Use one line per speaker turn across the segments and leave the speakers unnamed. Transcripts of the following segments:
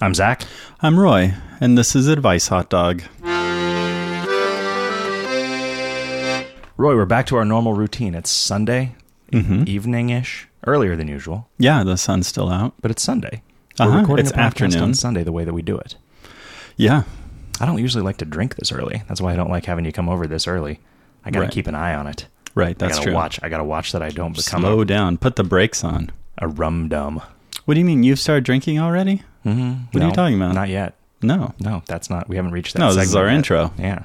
I'm Zach.
I'm Roy, and this is Advice Hot Dog.
Roy, we're back to our normal routine. It's Sunday,
Hmm?
evening ish, earlier than usual,
Mm-hmm. Yeah, the sun's still out.
but it's Sunday. We're
Uh-huh.
recording
It's
a podcast on
afternoon.
Sunday the way that we do it.
Yeah,
I don't usually like to drink this early. That's why I don't like having you come over this early. I got to
Right.
keep an eye on it.
right.
I
That's
gotta
true.
watch. I got to watch that I don't become
Slow down. Put the brakes on.
a, a rum dum.
What do you mean? You've started drinking already?
Mm-hmm.
What are you talking about?
Not yet.
No.
No, that's not. We haven't reached that.
No, this is
segment
our
yet.
intro.
Yeah.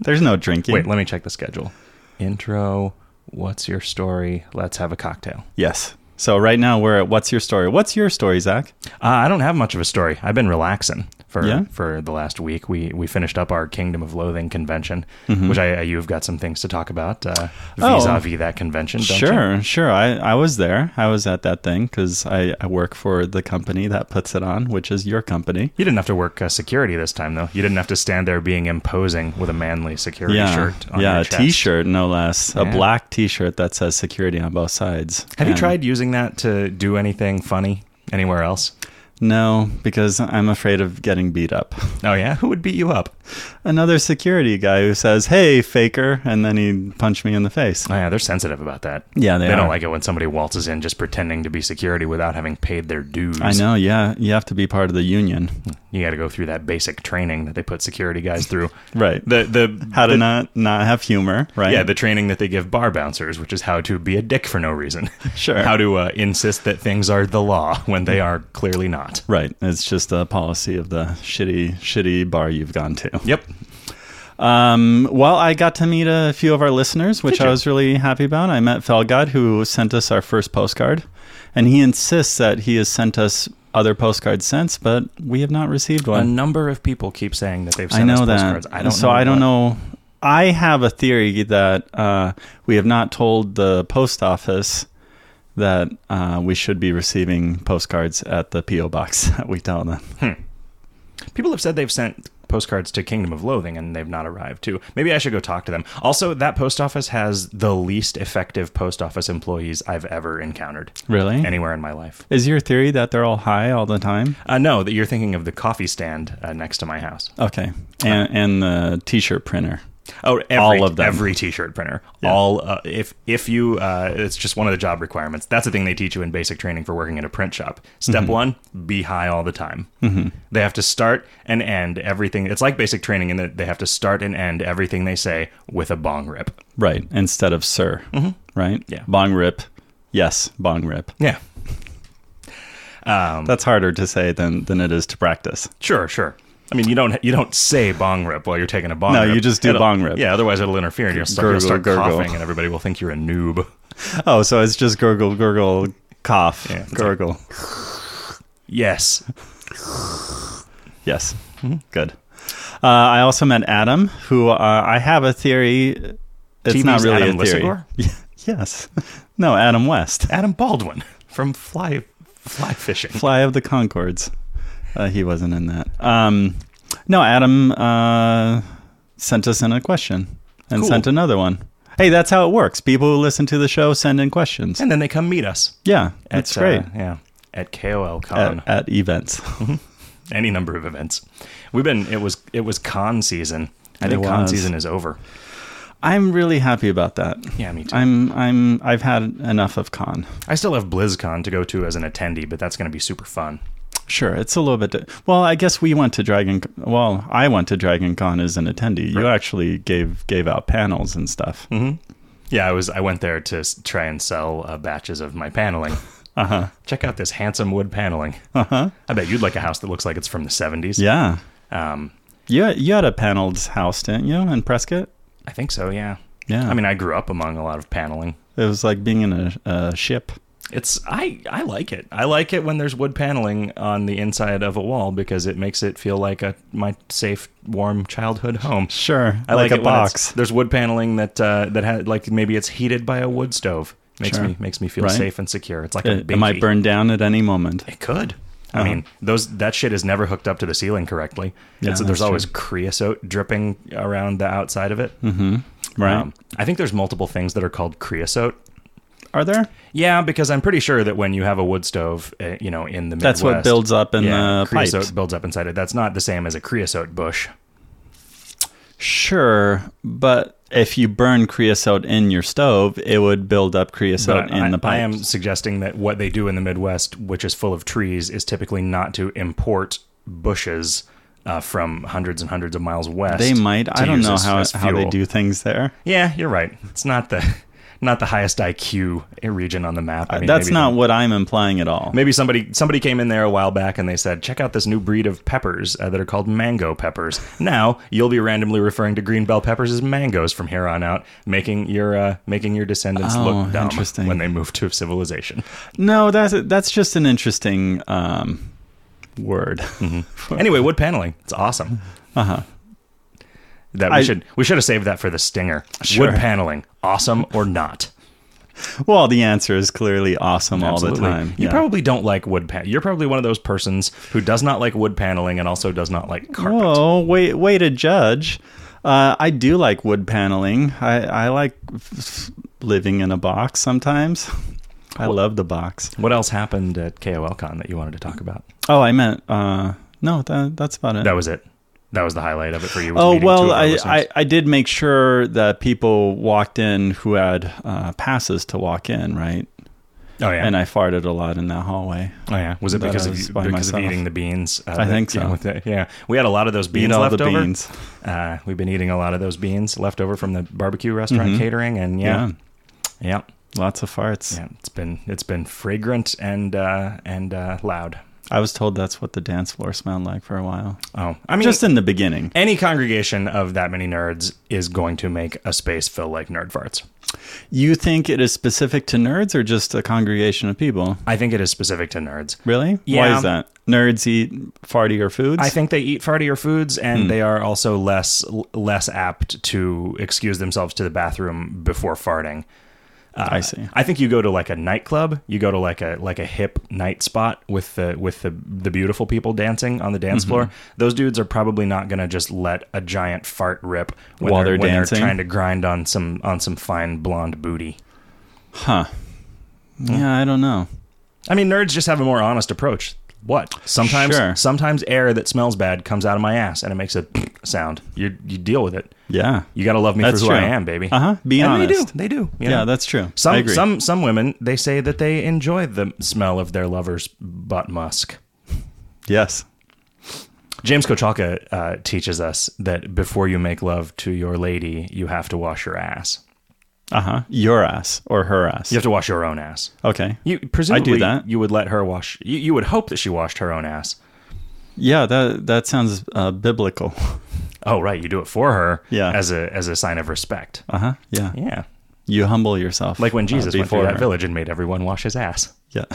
There's no drinking.
Wait, let me check the schedule. Intro. What's your story? Let's have a cocktail.
yes. So right now we're at What's Your Story? What's your story, Zach?
Uh, I don't have much of a story. I've been relaxing for
Yeah?
for the last week. We we finished up our Kingdom of Loathing convention, which I, I you've got some things to talk about uh,
Mm-hmm. Oh.
vis-a-vis that convention. Don't you?
Sure, sure. I, I was there. I was at that thing because I, I work for the company that puts it on, which is your company.
You didn't have to work uh, security this time, though. You didn't have to stand there being imposing with a manly security shirt. On
yeah,
your
a
chest.
t-shirt no less, a
Yeah.
black t-shirt that says security on both sides.
Have you
And-
tried using that to do anything funny anywhere else?
No, because I'm afraid of getting beat up.
Oh yeah, who would beat you up?
Another security guy who says, "Hey, faker," and then he punched me in the face.
Oh yeah, they're sensitive about that.
Yeah, they,
They don't
are.
like it when somebody waltzes in just pretending to be security without having paid their dues.
I know. Yeah, you have to be part of the union,
You got to go through that basic training that they put security guys through.
right?
The the
How to
the-
not not have humor, right?
yeah the training that they give bar bouncers, which is how to be a dick for no reason.
Sure.
How to uh, insist that things are the law when they are clearly not.
right. It's just a policy of the shitty shitty bar you've gone to.
Yep.
Um, well, I got to meet a few of our listeners, which
Did you?
I was really happy about. I met Felgod, who sent us our first postcard, and he insists that he has sent us other postcards since, but we have not received
A
one.
number of people keep saying that they've
I
sent
know
us
that.
postcards. I don't
so
know
I don't
what-
know. I have a theory that uh, we have not told the post office that uh, we should be receiving postcards at the PO box that we tell them.
People have said they've sent postcards to Kingdom of Loathing and they've not arrived too. Maybe I should go talk to them. Also, that post office has the least effective post office employees I've ever encountered
Really?
anywhere in my life.
Is your theory that they're all high all the time?
Uh, no, that you're thinking of the coffee stand uh, next to my house.
Okay, and, and the T-shirt printer.
Oh, every,
All of them.
Every T-shirt printer.
Yeah.
All uh, if if you uh, it's just one of the job requirements. That's the thing they teach you in basic training for working in a print shop. Step
Mm-hmm.
one: be high all the time. They have to start and end everything. It's like basic training in that they have to start and end everything they say with a bong rip.
Right. Instead of sir. Right?
Mm-hmm. Yeah.
Bong rip. Yes, bong rip.
Yeah. Um,
That's harder to say than, than it is to practice.
sure, sure. I mean, you don't you don't say bong rip while you're taking a bong.
No,
rip.
you just do
It'll-
bong rip.
Yeah, otherwise it'll interfere and you'll start, you'll
Gurgle,
start
gurgle.
coughing, and everybody will think you're a noob.
Oh, so it's just gurgle, gurgle, cough,
Yeah, it's
gurgle.
Yes,
yes. Mm-hmm. Good. Uh, I also met Adam, who uh, I have a theory. It's not
TV's
really
Adam
a theory.
Lissigore?
yes. No, Adam West,
Adam Baldwin from Fly Fly Fishing.
Fly of the Concords. Uh, he wasn't in that. Um, no, Adam uh, sent us in a question and
Cool.
sent another one. Hey, that's how it works. People who listen to the show send in questions.
And then they come meet us.
Yeah, that's
uh,
great. Uh,
yeah, at KOL Con,
At, at events,
any number of events. We've been. It was it was con season. I
It
think con
was.
season is over.
I'm really happy about that.
Yeah, me too. i
I'm, I'm, I've had enough of con.
still have BlizzCon to go to as an attendee, but that's going to be super fun.
Sure, it's a little bit. di- well, I guess we went to Dragon. Well, I went to Dragon Con as an attendee. You actually gave gave out panels and stuff.
Mm-hmm. Yeah, I was. I went there to s- try and sell uh, batches of my paneling.
Uh huh.
Check out this handsome wood paneling.
Uh huh.
I bet you'd like a house that looks like it's from the seventies.
Yeah.
Um,
You had, you had a paneled house, didn't you, in Prescott?
I think so. Yeah.
Yeah.
I mean, I grew up among a lot of paneling.
it was like being in a, a ship.
It's I I like it. I like it when there's wood paneling on the inside of a wall because it makes it feel like a my safe, warm childhood home.
Sure,
I
like,
it when
a
it's-
box.
There's wood paneling that uh, that had like maybe it's heated by a wood stove. Makes
Sure.
me makes me feel
Right.
safe and secure. It's like a
It,
binky.
it might burn down at any moment.
It could. I
Uh-huh.
mean, those that shit is never hooked up to the ceiling correctly.
Yeah,
It's- there's
that's
always creosote dripping around the outside of it.
Hmm,
Um,
Right.
I think there's multiple things that are called creosote.
are there?
Yeah, because I'm pretty sure that when you have a wood stove, uh, you know, in the Midwest,
That's what builds up in the pipes.
creosote builds up inside it. That's not the same as a creosote bush.
Sure, but if you burn creosote in your stove, it would build up creosote
But
in
I,
the
I
pipe.
am suggesting that what they do in the Midwest, which is full of trees, is typically not to import bushes uh, from hundreds and hundreds of miles west.
They might.
to
I don't
use
know
as-
how
as
how they
fuel.
do things there.
Yeah, you're right. It's not the not the highest IQ region on the map. I mean,
Uh, That's
maybe-
not what I'm implying at all.
Maybe somebody somebody came in there a while back and they said, "Check out this new breed of peppers uh, that are called mango peppers." Now you'll be randomly referring to green bell peppers as mangoes from here on out, making your uh, making your descendants
Oh,
look dumb
interesting.
when they move to civilization.
No, that's that's just an interesting um, word.
Mm-hmm. anyway, wood paneling, it's awesome.
Uh huh.
That we
I-
should we should have saved that for the stinger.
Sure.
Wood paneling, awesome or not?
Well, the answer is clearly awesome all
Absolutely.
the time.
You
Yeah.
probably don't like wood pan. You're probably one of those persons who does not like wood paneling and also does not like carpet.
Whoa, way, way to judge. Uh, I do like wood paneling. I, I like f- living in a box sometimes. I love the box.
What else happened at KOLCon that you wanted to talk about?
Oh, I meant, uh, no, that, that's about it.
That was it. That was the highlight of it for you. was
oh,
meeting two
well,
of our
I,
listeners.
I, I did make sure that people walked in who had uh, passes to walk in, right?
oh yeah,
And I farted a lot in that hallway.
oh yeah. Was it
that
because
I
of
was
you-
by
because of
myself.
eating the beans? Uh,
I
that
think
came
so.
with it? Yeah, we had a lot of those beans
Eat all
left
the
over.
beans.
Uh, we've been eating a lot of those beans left over from the barbecue restaurant
Mhm.
catering, and yeah, yeah,
Lots of farts.
yeah, it's been it's been fragrant and uh, and uh, loud.
I was told that's what the dance floor smelled like for a while.
Oh, I mean,
Just in the beginning.
any congregation of that many nerds is going to make a space feel like nerd farts.
You think it is specific to nerds or just a congregation of people?
I think it is specific to nerds.
Really? Why
Yeah.
is that? Nerds eat fartier foods?
I think they eat fartier foods, and
Hmm.
they are also less l- less apt to excuse themselves to the bathroom before farting.
Ah,
uh,
I see.
I think you go to like a nightclub, you go to like a like a hip night spot with the with the the beautiful people dancing on the dance
Mm-hmm.
floor. Those dudes are probably not going to just let a giant fart rip when
While they're
when
dancing?
trying to grind on some on some fine blonde booty.
Huh. Yeah, I don't know.
I mean, nerds just have a more honest approach. What? Sometimes,
Sure.
sometimes air that smells bad comes out of my ass and it makes a sound. You you deal with it.
Yeah.
You got to love me
That's
for who
true.
I am, baby.
Uh-huh. Be
and
honest.
They do. They do. you
Yeah,
know?
that's true. I
Some
agree.
some some women they say that they enjoy the smell of their lover's butt musk.
Yes.
James Kochalka uh, teaches us that before you make love to your lady, you have to wash your ass.
Uh-huh. Your ass or her ass.
You have to wash your own ass.
Okay.
You presumably
that.
you would let her wash. You, you would hope that she washed her own ass.
Yeah, that that sounds uh, biblical.
Oh right, you do it for her.
Yeah.
as a as a sign of respect.
Uh-huh. Yeah.
Yeah,
You humble yourself.
like when
uh,
Jesus went through
before
that
her.
village and made everyone wash his ass,
Yeah.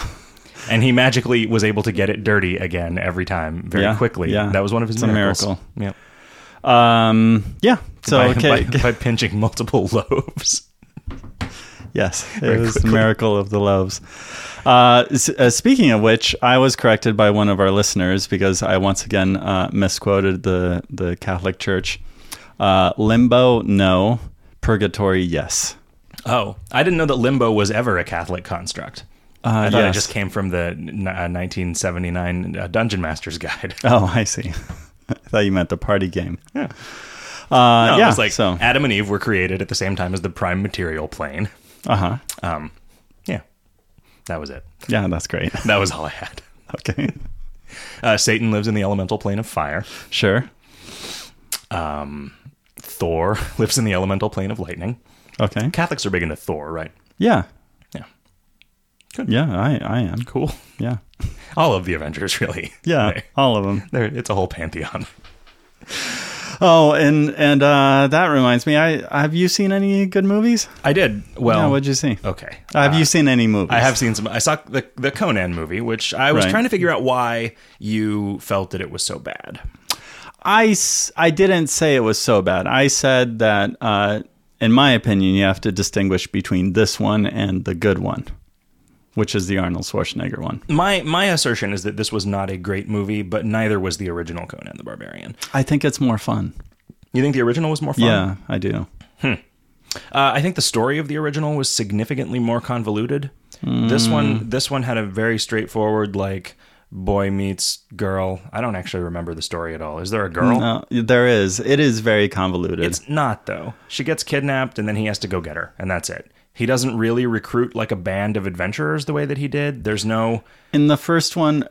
and he magically was able to get it dirty again every time, very
Yeah,
quickly.
yeah.
that was one of his
It's a
miracles.
miracle.
Yeah.
Um yeah. So
by,
okay.
by, by pinching multiple loaves.
Yes, it
Very
was the
quickly.
miracle of the loaves. Uh, s- uh, speaking of which, I was corrected by one of our listeners because I once again uh, misquoted the the Catholic Church. Uh, limbo, no. Purgatory, yes.
Oh, I didn't know that limbo was ever a Catholic construct.
Uh,
I thought
yes.
it just came from the n- uh, 1979 uh, Dungeon Master's Guide.
Oh, I see. I thought you meant the party game.
Yeah.
Uh,
No,
yeah.
it was like
so,
Adam and Eve were created at the same time as the prime material plane.
uh huh.
Um, yeah, that was it.
Yeah, that's great.
That was all I had.
okay.
Uh, Satan lives in the elemental plane of fire.
Sure.
Thor lives in the elemental plane of lightning.
Okay.
Catholics are big into Thor, right?
Yeah.
Yeah.
Yeah, I, I am.
Cool.
Yeah.
All of the Avengers, really.
Yeah.
They-
All of them.
they're- it's a whole pantheon.
Oh, and and uh, that reminds me. I have you seen any good movies?
I did. Well,
yeah, what'd you see?
okay.
Oh, uh, Have you seen any movies?
I have seen some. I saw the the Conan movie, which I was
Right.
trying to figure out why you felt that it was so bad.
I, s- I didn't say it was so bad. I said that, uh, in my opinion, you have to distinguish between this one and the good one, which is the Arnold Schwarzenegger one.
My my assertion is that this was not a great movie, but neither was the original Conan the Barbarian.
I think it's more fun.
You think the original was more fun?
Yeah, I do.
Uh, I think the story of the original was significantly more convoluted. This one, this one had a very straightforward like boy meets girl. I don't actually remember the story at all. Is there a girl?
No, there is. It is very convoluted.
It's not though. She gets kidnapped and then he has to go get her, and that's it. He doesn't really recruit like a band of adventurers the way that he did. There's no
in the first one,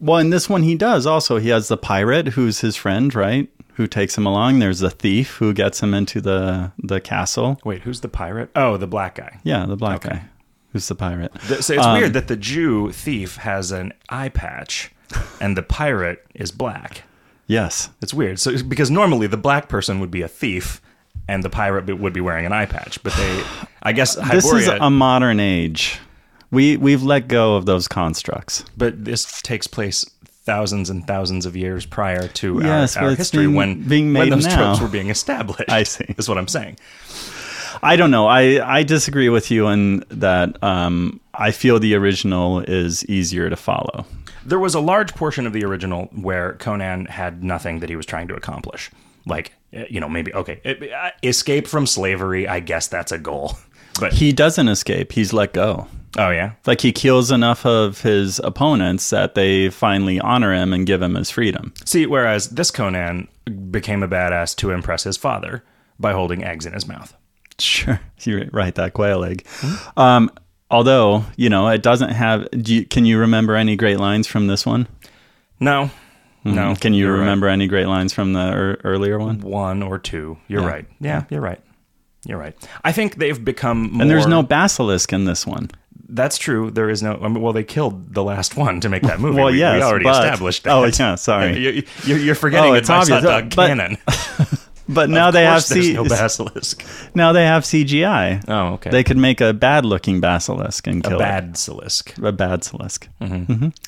well, in this one he does also. He has the pirate who's his friend, right? Who takes him along. There's the thief who gets him into the the castle.
wait. Who's the pirate? Oh, the black guy.
Yeah, the black guy who's the pirate.
Th- So
Um,
it's weird that the Jew thief has an eye patch, and the pirate is black.
yes,
It's weird. So because normally the black person would be a thief, and the pirate be- would be wearing an eye patch, but they, I guess, Hyboria,
this is a modern age. We we've let go of those constructs.
but this takes place thousands and thousands of years prior to
Yes,
our,
but
our
it's
history
being-
when
being
when
made
those
now.
tropes were being established.
I see.
Is what I'm saying.
I don't know. I, I disagree with you on that. Um, I feel the original is easier to follow.
There was a large portion of the original where Conan had nothing that he was trying to accomplish. Like, eh, you know, maybe, okay, eh, eh, escape from slavery, I guess that's a goal. But,
He doesn't escape. He's let go.
oh, yeah.
Like he kills enough of his opponents that they finally honor him and give him his freedom.
See, whereas this Conan became a badass to impress his father by holding eggs in his mouth.
Sure, you're right. That quail egg. Um, although you know it doesn't have. Do you, can you remember any great lines from this one?
No, no.
Can you
you're right.
remember any great lines from the ear earlier one?
One or two. You're right. Yeah, you're right. You're right. I think they've become more.
And there's no basilisk in this one.
That's true. There is no. I mean, well, they killed the last one to make that movie.
Well,
we,
yes,
we already
but-
established that.
oh, yeah, sorry.
you, you, you're forgetting
Oh,
it's
it's
my
obvious,
hot dog
but-
cannon.
But now they have C-
no basilisk.
now they have CGI.
Oh, okay.
They could make a bad looking basilisk and kill
bad Hmm. basilisk,
it. A bad basilisk.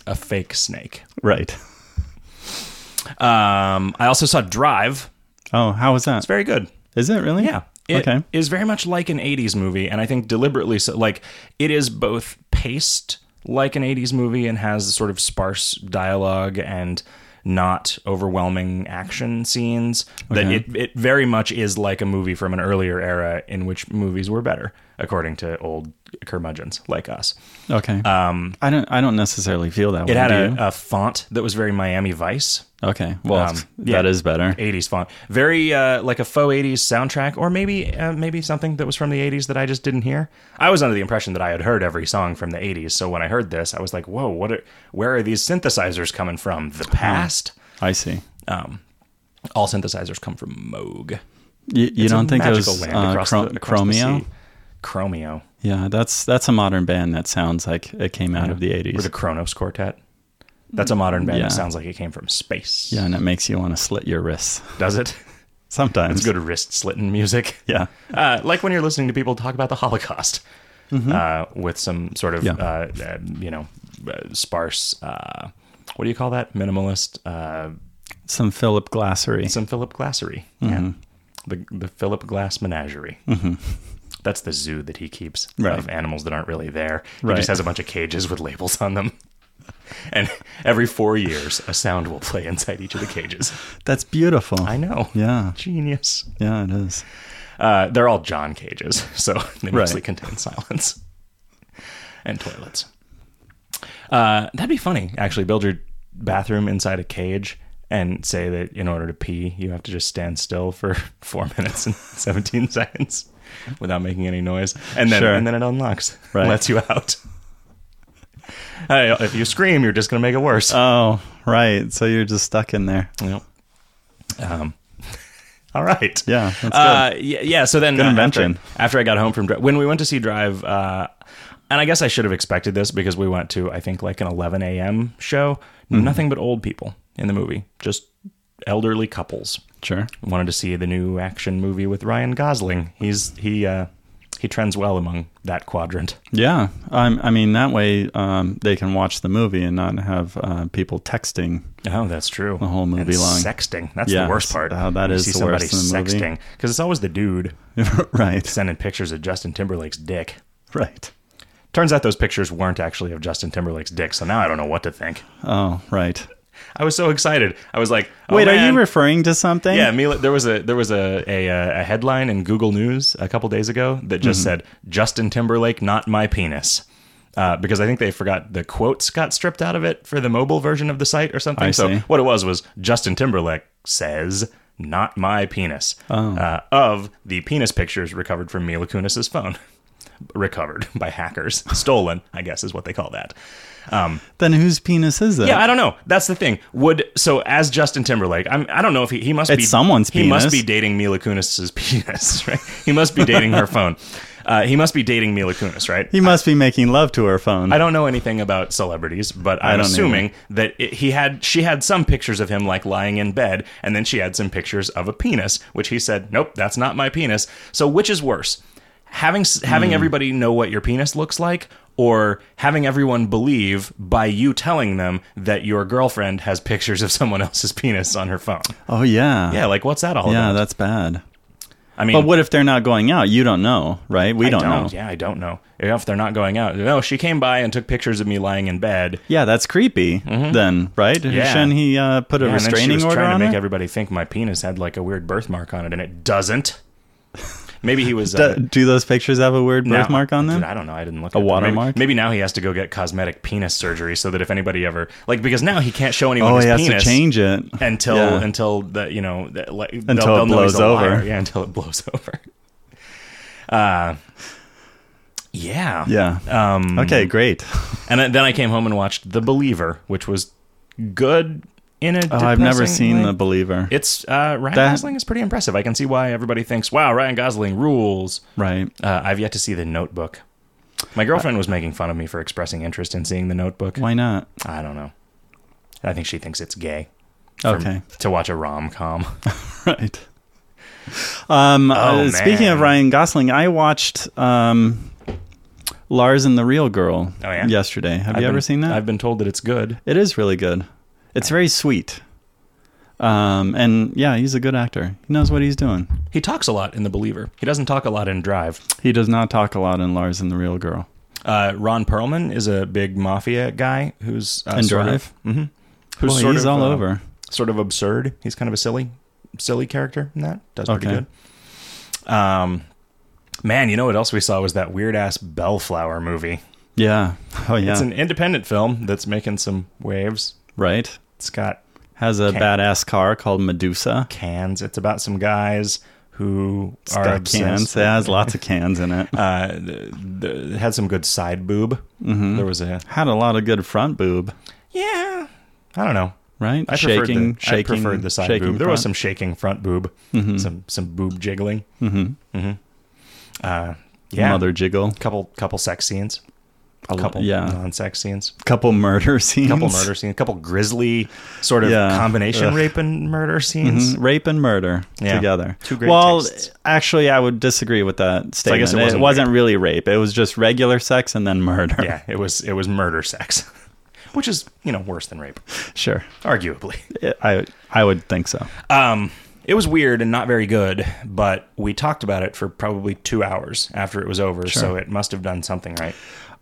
a fake snake.
Right.
Um, I also saw Drive.
Oh, how was that?
It's very good.
Is it really?
Yeah. It
okay.
is very much like an 80s movie, and I think deliberately so. Like, it is both paced like an 80s movie and has sort of sparse dialogue and not overwhelming action scenes. That
Okay.
it, it very much is like a movie from an earlier era in which movies were better, according to old curmudgeons like us.
Okay. Um, I don't. I don't necessarily feel that.
It
way.
had
do
a, a font that was very Miami Vice.
you? okay. Well,
um,
that
yeah.
is better.
80s font. Very uh, like a faux 80s soundtrack, or maybe uh, maybe something that was from the 80s that I just didn't hear. I was under the impression that I had heard every song from the 80s, so when I heard this, I was like, "Whoa, what? Are, where are these synthesizers coming from?
Hmm.
The past?
I see.
All synthesizers come from Moog.
You, you don't think it
Magical
was
land
uh,
across,
Chro-
the, across the
Chromeo?
sea. Chromeo
Yeah, that's that's a modern band that sounds like it came out of the
or
'80s.
the Kronos Quartet. That's a modern band
Yeah.
that sounds like it came from space.
yeah, and it makes you want to slit your wrists
Does it?
sometimes.
It's good wrist slitting music.
Yeah.
uh, like when you're listening to people talk about the Holocaust uh, with some sort of
Mm-hmm. Yeah.
uh, uh, you know uh, sparse uh, what do you call that minimalist uh,
Some Philip Glassery.
some Philip Glassery yeah
Mm-hmm.
the the Philip Glass Menagerie. That's the zoo that he keeps
Right.
of animals that aren't really there. He
Right.
just has a bunch of cages with labels on them. And every four years, a sound will play inside each of the cages.
That's beautiful.
I know.
Yeah.
Genius.
Yeah, it is.
Uh, they're all John cages, so they mostly
Right.
contain silence and toilets. Uh, that'd be funny, actually. Build your bathroom inside a cage and say that in order to pee, you have to just stand still for four minutes and seventeen seconds without making any noise, and then
Sure.
and then it unlocks,
Right.
lets you out. Hey, if you scream, you're just gonna make it worse.
Oh, right. So you're just stuck in there.
Yep. Um, all right.
Yeah, that's good.
Uh, yeah, yeah. So then, good
invention.
After, after I got home from Dri- when we went to see Drive, uh, and I guess I should have expected this because we went to I think like an 11 a.m. show. Nothing but old people in the movie, just elderly couples.
Sure.
Wanted to see the new action movie with Ryan Gosling. He's he uh, he trends well among that quadrant.
Yeah. I'm, I mean, that way um, they can watch the movie and not have uh, people texting.
Oh, that's true. The
whole movie
and
long.
sexting. That's
Yeah,
the worst part.
oh, that
You
is
see
the
somebody
worst in the movie.
sexting because it's always the dude.
right.
sending pictures of Justin Timberlake's dick.
Right.
Turns out those pictures weren't actually of Justin Timberlake's dick, so now I don't know what to think.
Oh, right.
I was so excited. I was like, oh,
Wait, are
man.
you referring to something?
Yeah, Mila, there was a there was a, a uh, a headline in Google News a couple days ago that just said Justin Timberlake, not my penis. Uh, because I think they forgot the quotes got stripped out of it for the mobile version of the site or something. so
see.
what it was was Justin Timberlake says, "Not my penis," uh, of the penis pictures recovered from Mila Kunis's phone, recovered by hackers, stolen, I guess is what they call that.
Then whose penis is it?
Yeah, I don't know. That's the thing. Would so as Justin Timberlake? I'm. I don't know if he he must
It's
be
someone's
He must
penis.
be dating Mila Kunis's penis, right? He must be dating her phone. Uh, he must be dating Mila Kunis, right?
He must be making love to her phone.
I don't know anything about celebrities, but I'm
don't
assuming that it, he had she had some pictures of him like lying in bed, and then she had some pictures of a penis, which he said, "Nope, that's not my penis." So, which is worse, having s having
Hmm.
everybody know what your penis looks like, or having everyone believe by you telling them that your girlfriend has pictures of someone else's penis on her phone?
oh yeah.
Yeah, like what's that all
Yeah,
about?
that's bad.
I mean,
But what if they're not going out? You don't know, right? We
I
don't, know.
Yeah, I don't know if they're not going out. No, she came by and took pictures of me lying in bed.
Yeah, that's creepy. Then, right?
Mm-hmm. Yeah.
Shouldn't he uh, put a
Yeah, and then she
restraining
was
order
trying
on
to make
her?
everybody think my penis had like a weird birthmark on it, and it doesn't. Maybe he was uh,
Do, do those pictures have a weird
now-
birthmark on them?
Dude, I don't know. I didn't look. A
watermark?
Maybe, maybe now he has to go get cosmetic penis surgery so that if anybody ever like because now he can't show anyone
oh,
his
he has
penis
to change it
until
Yeah.
until the you know the, like,
Until
they'll,
it
they'll know he's
blows
a
over.
liar. Yeah, until it blows over. Uh, yeah,
Yeah.
Um,
okay, great.
and then- then I came home and watched The Believer, which was good. In a
Oh, I've never
depressing
seen
way.
The Believer.
It's uh, Ryan
That-
Gosling is pretty impressive. I can see why everybody thinks, "Wow, Ryan Gosling rules."
right.
Uh, I've yet to see The Notebook. My girlfriend was making fun of me for expressing interest in seeing The Notebook.
Why not?
I don't know. I think she thinks it's gay. for-
Okay.
To watch a rom com.
right. Um, uh,
Oh, man.
speaking of Ryan Gosling, I watched um, Lars and the Real Girl
Oh, yeah?
yesterday. Have you ever seen that?
I've been told that it's good.
It is really good. It's very sweet. Um, and yeah, he's a good actor. He knows what he's doing.
He talks a lot in The Believer. He doesn't talk a lot in Drive.
He does not talk a lot in Lars and the Real Girl.
Uh, Ron Perlman is a big mafia guy who's uh,
And
sort
Drive?
Of, Mhm. Who's
well,
sort
he's
of,
all
uh,
over.
sort of absurd. He's kind of a silly, silly character in that. Does pretty
Okay.
good. Um, man, you know what else we saw was that weird ass Bellflower movie.
Yeah. Oh yeah.
It's an independent film that's making some waves.
right.
It's got
Has a
Can't-
badass car called Medusa.
cans. It's about some guys who
It's
are
got
obsessed.
cans. It has lots of cans in it.
Uh, th- th- it had some good side boob. Mm-hmm. There was a
Had a lot of good front boob.
yeah. I don't know.
Right.
I preferred
shaking.
the,
shaking.
I preferred the side boob.
shaking
There was
front.
some shaking front boob, some some boob jiggling. Mm-hmm. Mm-hmm. Uh, yeah,
mother jiggle.
couple couple sex scenes, a couple
yeah.
non-sex scenes,
Couple murder scenes.
couple murder scenes, couple grisly sort of
Yeah.
combination
Ugh.
rape and murder scenes.
Mhm. Rape and murder
Yeah.
together.
Two great
well,
tastes.
actually, I would disagree with that
I
statement.
guess it wasn't
really rape. It was just regular sex and then murder.
Yeah, it was it was murder sex, which is you know worse than rape,
sure.
arguably.
It- I I would think so.
Um, it was weird and not very good, but we talked about it for probably two hours after it was over, so it must have done something right.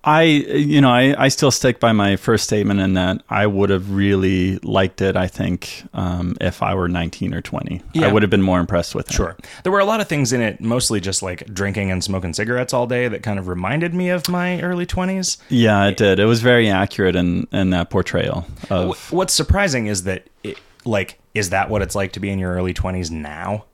I you know I I still stick by my first statement in that I would have really liked it. I think um, if I were nineteen or twenty,
Yeah.
I would have been more impressed with it.
Sure. There were a lot of things in it, mostly just like drinking and smoking cigarettes all day, that kind of reminded me of my early 20s.
Yeah, it did. It was very accurate in in that portrayal of.
Wh- What's surprising is that, it, like, is that what it's like to be in your early 20s now?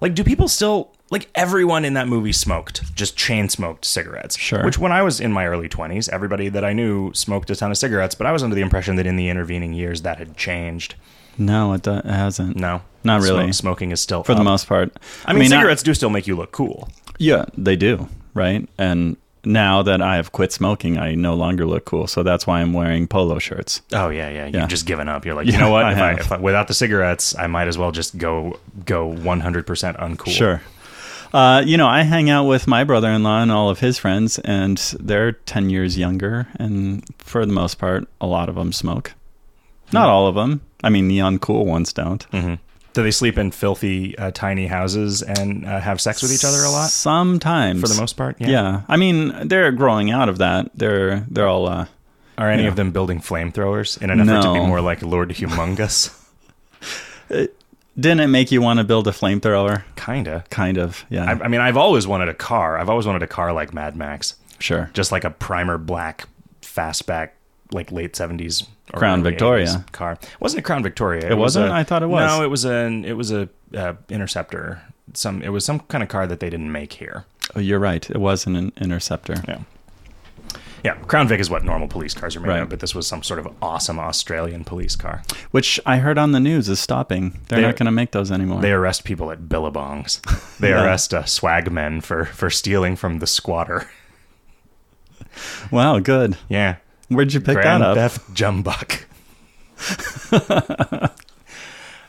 Like, do people still, like, everyone in that movie smoked, just chain smoked cigarettes?
Sure.
Which, when I was in my early 20s, everybody that I knew smoked a ton of cigarettes, but I was under the impression that in the intervening years that had changed.
No, it, do- it hasn't.
No.
Not
Smo-
really.
smoking is still.
for the most part.
I mean,
I-
cigarettes do still make you look cool.
Yeah, they do, right? And now that I have quit smoking, I no longer look cool. So that's why I'm wearing polo shirts.
Oh yeah, yeah. You've
Yeah.
just given up. You're like, you know what?
I
if, I,
have.
if I without the cigarettes, I might as well just go go 100 percent uncool.
Sure. Uh, you know, I hang out with my brother in law and all of his friends, and they're 10 years younger. And for the most part, a lot of them smoke. Not all of them. I mean, the uncool ones don't.
Do they sleep in filthy uh, tiny houses and uh, have sex with each other a lot
Sometimes.
for the most part?
Yeah. I mean, they're growing out of that. They're, they're all, uh,
Are any
Yeah.
of them building flamethrowers in an effort to be
No.
more like Lord Humongous?
Didn't it make you want to build a flamethrower?
Kinda.
Kind of. Yeah.
I, I mean, I've always wanted a car. I've always wanted a car like Mad Max,
sure.
just like a primer black fastback, like late seventies
Crown Victoria.
car. Wasn't a Crown Victoria? It,
wasn't?
a-
I thought it was.
No, it was an it was a uh, interceptor. Some it was some kind of car that they didn't make here.
Oh, you're right. It was an, an interceptor.
Yeah. Yeah, Crown Vic is what normal police cars are made
Right.
of, but this was some sort of awesome Australian police car.
Which I heard on the news is stopping. They're,
They're-
not going to make those anymore.
They arrest people at Billabongs. They
Yeah.
arrest uh, swag men for, for stealing from the squatter.
Wow, good.
Yeah.
Where'd you pick
Grand
that up?
Theft Jumbuck.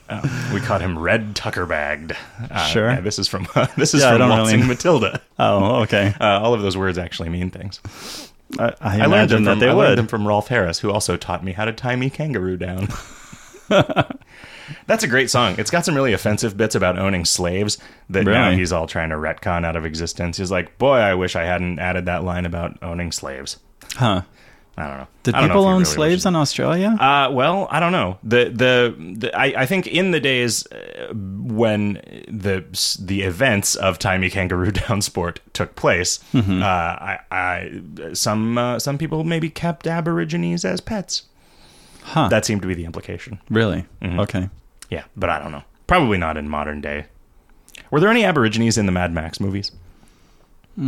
Uh, we caught him red tucker bagged. Uh,
Sure.
yeah, this is from this is
Yeah, I
from
don't really
Waltzing
know.
Matilda.
Oh, okay.
Uh, all of those words actually mean things.
I, I,
I learned them
imagine
from
that they
I learned
would.
them from Rolf Harris, who also taught me how to tie me kangaroo down. That's a great song. It's got some really offensive bits about owning slaves that now
Really?
he's all trying to retcon out of existence. He's like, "Boy, I wish I hadn't added that line about owning slaves."
Huh.
I don't know.
Did
I don't know
people
if he
own
really
slaves
wishes-
in Australia?
Uh, well, I don't know. The the, the I, I think in the days uh, when the the events of Timey Kangaroo Down Sport took place,
Mm-hmm.
uh, I, I some uh, some people maybe kept Aborigines as pets.
huh.
That seemed to be the implication.
really?
Mm-hmm.
Okay.
Yeah, but I don't know. Probably not in modern day. Were there any Aborigines in the Mad Max movies? I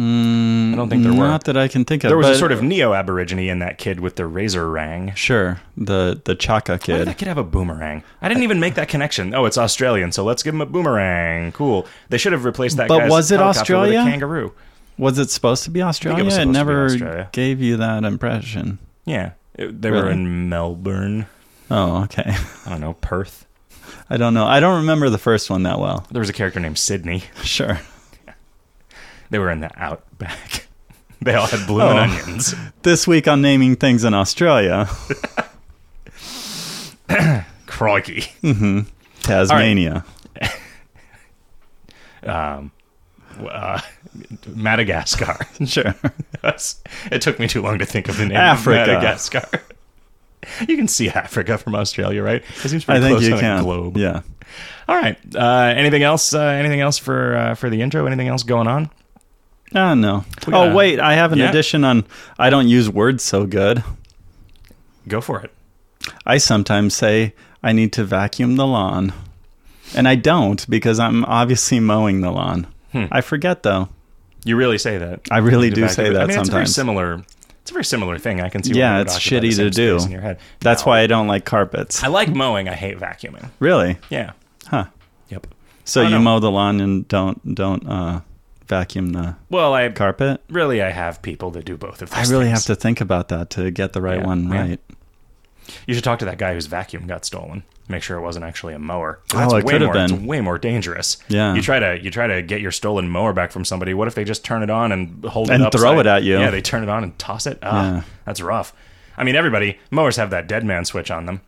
don't think there were.
Mm, Not that I can think of.
there was a
but-
sort of neo Aborigine in that kid with the razor rang.
Sure. The the Chaka
Why did
kid.
that kid have a boomerang? I didn't even make that connection. Oh, it's Australian, so let's give him a boomerang. Cool. They should have replaced that.
But
guy's
was it
helicopter With a
Australia?
kangaroo.
Was it supposed to be
it
Australia?
was supposed to be
never
Australia.
gave you that impression.
Yeah, It- they were
Really?
in Melbourne.
Oh, okay.
I don't know Perth.
I don't know. I don't remember the first one that well.
There was a character named Sydney.
Sure.
They were in the outback. They all had blooming
Oh.
onions.
This week on naming things in Australia,
Crikey.
Tasmania.
Um, uh, Madagascar.
Sure.
That's- it took me too long to think of the name.
Africa.
Of Madagascar. You can see Africa from Australia, right? It seems
I
pretty
think
close
you
on
can.
a globe.
Yeah.
All right. Uh, anything else? Uh, anything else for uh, for the intro? Anything else going on?
Oh no.
We
Oh
gotta-
wait, I have an
Yeah.
addition on I don't use words so good.
Go for it.
I sometimes say I need to vacuum the lawn. And I don't because I'm obviously mowing the lawn. I forget though.
You really say that.
I really
You
do
Hmm. vacuum
say
it.
that
I mean, It's a very
sometimes.
similar. It's a very similar thing. I can see.
Yeah,
why you would
it's
occupy the
shitty
same
to do.
space In your head.
That's
No.
why I don't like carpets.
I like mowing. I hate vacuuming.
Really?
Yeah.
Huh.
Yep.
So
I
you
don't-
mow the lawn and don't don't uh, vacuum the
Well, I
carpet.
really I have people that do both of
I
those.
really
things.
have to think about that to get the right
Yeah,
one
yeah.
right.
You should talk to that guy whose vacuum got stolen. Make sure it wasn't actually a mower. 'Cause
Oh,
That's
it
way
could have
more, It's
been.
way more dangerous.
Yeah.
You try to you try to get your stolen mower back from somebody. What if they just turn it on and hold
And
it
throw
upside-
it at you.
Yeah, they turn it on and toss it. Ah,
Yeah.
that's rough. I mean, everybody mowers have that dead man switch on them,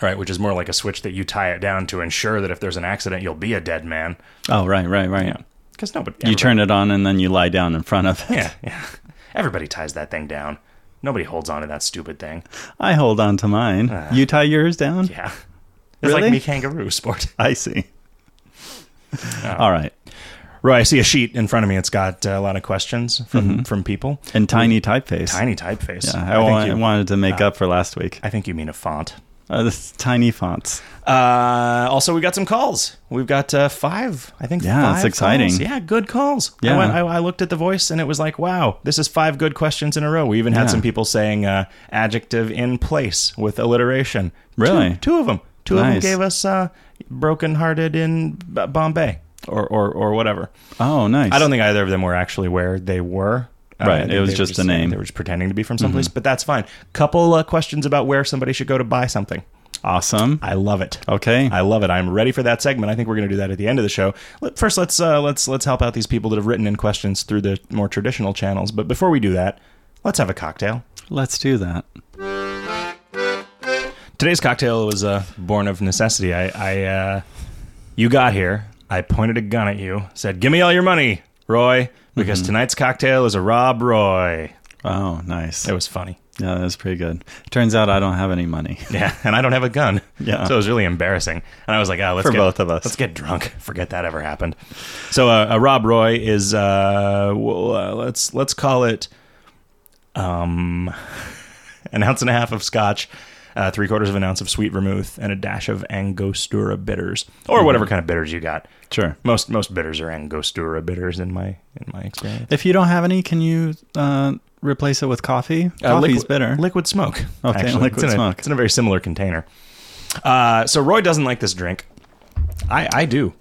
right? Which is more like a switch that you tie it down to ensure that if there's an accident, you'll be a dead man.
Oh, right, right, right.
Because nobody
You
everybody-
turn it on and then you lie down in front of it.
Yeah, yeah. Everybody ties that thing down. Nobody holds on to that stupid thing.
I hold on to mine. you tie yours down?
Ah. Yeah. It's like
Really?
me kangaroo sport.
I see.
Oh.
All right.
Roy, I see a sheet in front of me. It's got uh, a lot of questions from from people.
Mm-hmm. And tiny typeface.
Tiny typeface.
Yeah, I,
I,
wa-
think you, Ah.
wanted to make up for last week.
I think you mean a font.
Uh, this tiny fonts.
Uh, also, we got some calls. We've got uh, five. I think.
Yeah,
five
it's exciting.
calls. Yeah, good calls. I,
Yeah.
went, I, I looked at the voice and it was like, wow, this is five good questions in a row. We even had
Yeah.
some people saying uh, adjective in place with alliteration.
Really?
Two, two of them. Two of them
Nice.
gave us uh, broken hearted in B- Bombay or, or or whatever.
Oh, nice.
I don't think either of them were actually where they were. Uh,
Right,
I think
it was
they were
just a name. Mm-hmm.
They were just pretending to be from someplace, but that's fine. Couple uh, questions about where somebody should go to buy something.
Awesome.
I love it.
Okay.
I love it. I'm ready for that segment. I think we're going to do that at the end of the show. Let- First, let's uh, let's let's help out these people that have written in questions through the more traditional channels. But before we do that, let's have a cocktail.
Let's do that.
Today's cocktail was uh, born of necessity. I, I uh, you got here. I pointed a gun at you. Said, "Give me all your money,
Mm-hmm.
Roy," because tonight's cocktail is a Rob Roy.
Oh, nice.
It was funny.
Yeah, that was pretty good. Turns out I don't have any money.
Yeah, and I don't have a gun.
Yeah.
So it was really embarrassing. And I was like, ah, let's
For
get,
both of us.
Let's get drunk. Forget that ever happened. So uh, uh, Rob Roy is uh, well, uh let's let's call it um an ounce and a half of scotch, uh, three quarters of an ounce of sweet vermouth, and a dash of Angostura bitters or
Mm-hmm.
whatever kind of bitters you got.
Sure.
Most most bitters are Angostura bitters in my in my experience.
If you don't have any, can you uh, replace it with coffee?
Uh,
Coffee's
liquid-
bitter.
Liquid smoke.
Okay,
actually.
liquid
it's in a-
smoke.
it's in a very similar container. Uh, so Roy doesn't like this drink. I, I do.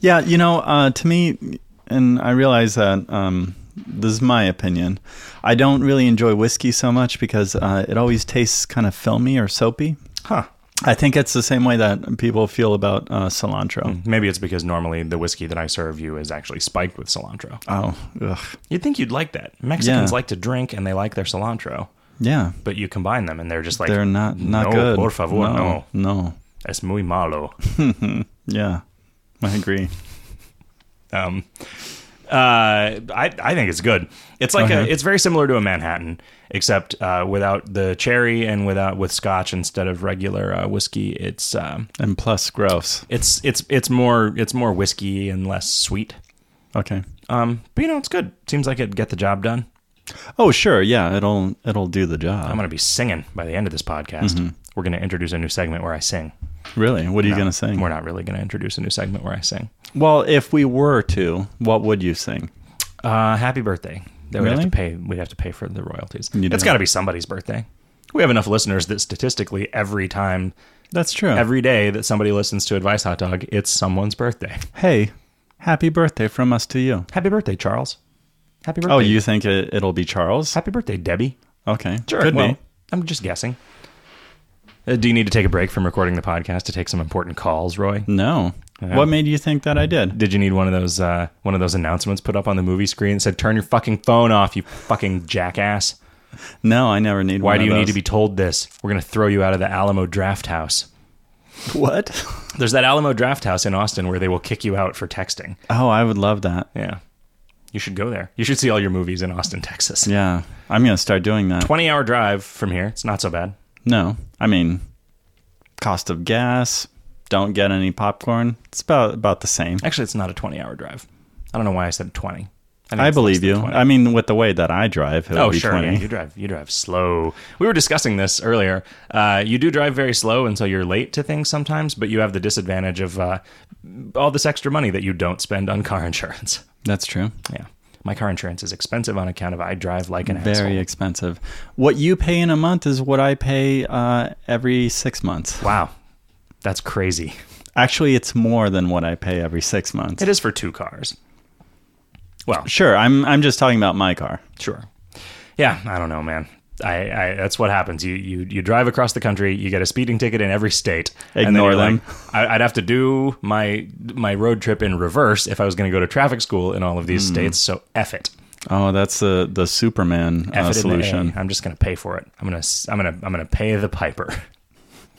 Yeah, you know, uh, to me, and I realize that um, this is my opinion. I don't really enjoy whiskey so much because uh, it always tastes kind of filmy or soapy.
Huh.
I think it's the same way that people feel about uh, cilantro.
Maybe it's because normally the whiskey that I serve you is actually spiked with cilantro.
Oh, ugh.
You'd think you'd like that. Mexicans
Yeah.
like to drink and they like their cilantro,
yeah,
but you combine them and they're just like
they're not not
no,
good.
Por favor, no.
no, no.
Es muy malo.
Yeah, I agree.
Um, uh, I I think it's good. It's like a,
Okay.
it's very similar to a Manhattan, except uh, without the cherry and without with Scotch instead of regular uh, whiskey. It's um,
And plus, gross.
it's it's it's more it's more whiskey and less sweet.
Okay.
Um, but you know it's good. Seems like it'd get the job done.
Oh, sure. Yeah, it'll it'll do the job.
I'm gonna be singing by the end of this podcast.
Mm-hmm.
We're gonna introduce a new segment where I sing.
really? What are you gonna sing?
We're not really gonna introduce a new segment where I sing.
Well, if we were to, what would you sing?
Uh, happy birthday. That we have to
Really?
pay. We have to pay for the royalties.
You
It's
don't.
got to be somebody's birthday. We have enough listeners that statistically, every time,
That's true.
every day that somebody listens to Advice Hot Dog, it's someone's birthday.
hey, happy birthday from us to you.
Happy birthday, Charles. Happy birthday.
Oh, you think it, it'll be Charles?
Happy birthday, Debbie.
Okay, could
well,
be.
I'm just guessing. Uh, do you need to take a break from recording the podcast to take some important calls, Roy?
No. What made you think that I did?
Did you need one of those uh, one of those announcements put up on the movie screen that said "Turn your fucking phone off, you fucking jackass"?
No, I never need.
Why
one
do
of
you need to
those.
be told this? We're going to throw you out of the Alamo Draft House.
What?
There's that Alamo Draft House in Austin where they will kick you out for texting.
Oh, I would love that.
Yeah. You should go there. You should see all your movies in Austin, Texas.
Yeah, I'm gonna start doing that.
20 hour drive from here. It's not so bad.
No, I mean, cost of gas. Don't get any popcorn. It's about about the same.
Actually, it's not a 20 hour drive. I don't know why I said 20. think it's
I
less
believe
than
you.
20.
I mean, with the way that I drive, it'll
Oh
be
sure, yeah,
20.
you drive you drive slow. We were discussing this earlier. Uh, you do drive very slow, and so you're late to things sometimes. But you have the disadvantage of uh, all this extra money that you don't spend on car insurance.
That's true.
Yeah. My car insurance is expensive on account of I drive like an
Very
asshole.
expensive. What you pay in a month is what I pay uh, every six months.
Wow. That's crazy.
Actually, it's more than what I pay every six months.
It is for two cars. Well,
Sure, I'm I'm just talking about my car.
sure. Yeah, I don't know, man. I, I that's what happens. You you you drive across the country, you get a speeding ticket in every state. and then
Ignore
you're
them.
like, I, I'd have to do my my road trip in reverse if I was going to go to traffic school in all of
Hmm.
these states. So f it,
Oh, that's the the Superman
f it
uh,
in the A.
solution.
I'm just going to pay for it. I'm gonna s- I'm gonna I'm gonna pay the piper.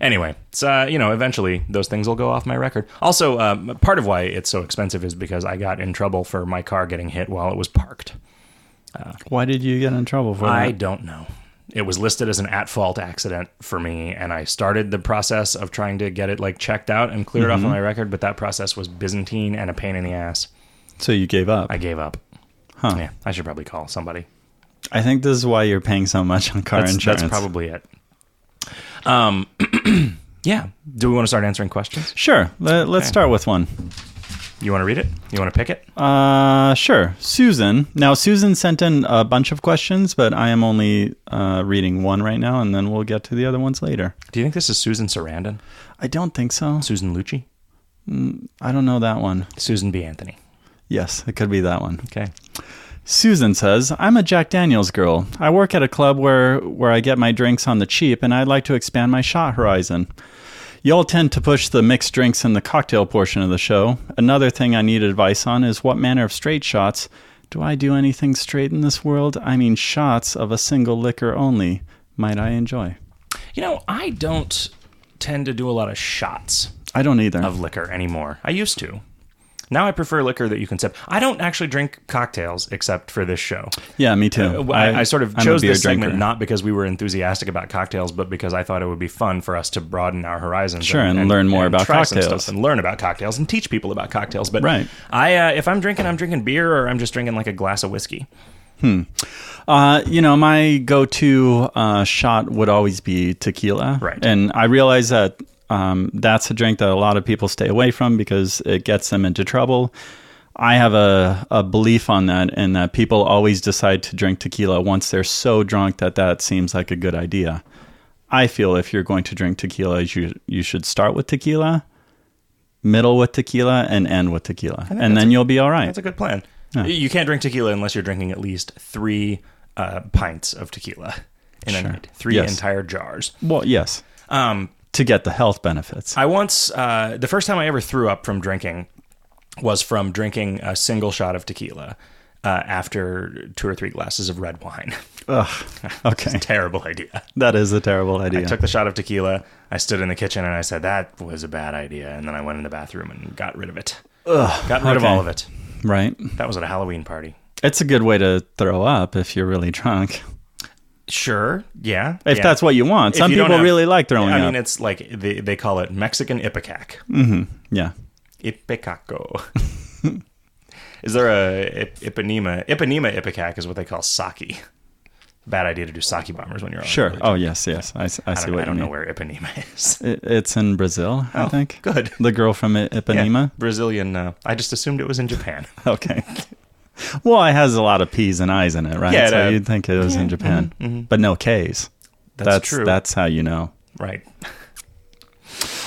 Anyway, so uh, you know, eventually those things will go off my record. Also, um, part of why it's so expensive is because I got in trouble for my car getting hit while it was parked.
Why did you get in trouble for
I
that?
don't know. It was listed as an at fault accident for me, and I started the process of trying to get it like checked out and cleared off
Mm-hmm.
of my record, but that process was Byzantine and a pain in the ass.
So you gave up.
I
I,
gave up.
Huh.
Yeah, I should probably call somebody.
think this is why you're paying so much on car
That's,
insurance.
that's probably it. Um, yeah. Do we want to start answering questions?
Sure. Let, let's start with one.
You want to read it? You want to pick it?
Uh, sure. Susan. Now, Susan sent in a bunch of questions, but I am only uh, reading one right now, and then we'll get to the other ones later.
Do you think this is Susan Sarandon?
I don't think so.
Susan Lucci?
I don't know that one.
Susan B. Anthony.
Yes, it could be that one.
Okay.
Susan says, "I'm a Jack Daniels girl. I work at a club where where I get my drinks on the cheap, and I'd like to expand my shot horizon. Y'all tend to push the mixed drinks in the cocktail portion of the show. Another thing I need advice on is what manner of straight shots. Do I do anything straight in this world? I mean, shots of a single liquor only. Might I enjoy?
You know, I don't tend to do a lot of shots.
I don't either.
of liquor anymore. I used to. Now I prefer liquor that you can sip. I don't actually drink cocktails except for this show.
Yeah, me too.
Uh, I, I sort of
Oh, I'm a
chose
beer
this segment
drinker.
not because we were enthusiastic about cocktails, but because I thought it would be fun for us to broaden our horizons.
Sure, and learn more about
try some
cocktails.
stuff and learn about cocktails and teach people about cocktails. But
Right.
I, uh, if I'm drinking, I'm drinking beer, or I'm just drinking like a glass of whiskey.
Uh, you know, my go-to uh, shot would always be tequila.
Right.
And I realize that um, that's a drink that a lot of people stay away from because it gets them into trouble. I have a, a belief on that, and that people always decide to drink tequila once they're so drunk that that seems like a good idea. I feel if you're going to drink tequila, you you should start with tequila, middle with tequila, and end with tequila, and then you'll be all right.
That's a good plan. You can't drink tequila unless you're drinking at least three uh, pints of tequila in a night, three
Yes.
entire jars.
well, yes,
Um,
to get the health benefits.
I once, uh, the first time I ever threw up from drinking was from drinking a single shot of tequila uh, after two or three glasses of red wine.
Ugh. Okay.
Terrible idea.
That is a terrible
I
idea.
took the shot of tequila. I stood in the kitchen and I said, that was a bad idea. And then I went in the bathroom and got rid of it. got rid of
okay.
all of it.
right.
That was at a Halloween party.
It's a good way to throw up if you're really drunk.
Sure. Yeah.
If
yeah.
that's what you want.
If
Some
you don't
people
have-
really like throwing
I mean,
up.
it's like they, they call it Mexican ipecac.
Yeah.
Ipecaco. is there a Ip- Ipanema? Ipanema ipecac is what they call sake. Bad idea to do sake bombers when you're on.
Sure.
I
Oh, yes, yes. I, s- I see
don't,
what
I
you
don't know
mean.
where Ipanema is.
It, it's in Brazil, I think.
good.
The girl from I-
Yeah,
Ipanema.
Brazilian. Uh, I just assumed it was in Japan.
Okay. Well, it has a lot of P's and I's in it, right?
Yeah, it,
so
uh,
you'd think it was in Japan. But no K's.
That's true.
That's how you know.
Right.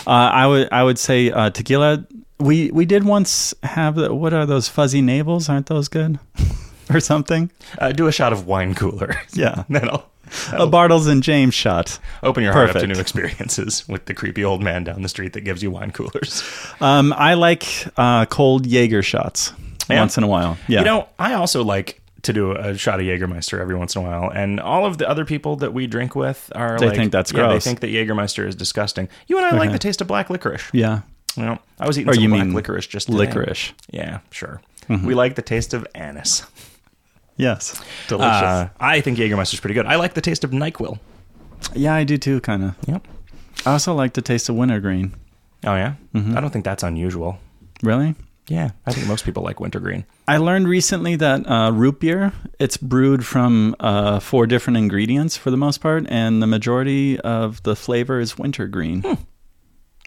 Uh, I would I would say uh, tequila. We we did once have the, what are those fuzzy navels? Aren't those good? or something?
Uh, do a shot of wine cooler.
Yeah.
That'll Oh.
a Bartles and James shot.
open your heart up
Oh, Perfect.
to new experiences with the creepy old man down the street that gives you wine coolers.
Um, I like uh, cold Jaeger shots
Yeah.
once in a while. Yeah.
You know, I also like to do a shot of Jägermeister every once in a while, and all of the other people that we drink with are
They
like,
think that's
yeah,
gross.
They think that Jägermeister is disgusting. You and I like the taste of black licorice.
yeah.
You know, I was eating
Or
some
you
black
mean
licorice just today.
Licorice. Mm-hmm.
Yeah, sure. We like the taste of anise.
Yes. Delicious.
Uh, I think Jägermeister's pretty good. I like the taste of Nyquil.
yeah, I do too, kind of.
Yep.
I also like the taste of wintergreen.
Oh yeah.
Mm-hmm.
I don't think that's unusual.
Really?
Yeah, I think most people like wintergreen.
I learned recently that uh, root beer it's brewed from uh, four different ingredients for the most part, and the majority of the flavor is wintergreen,
Hmm.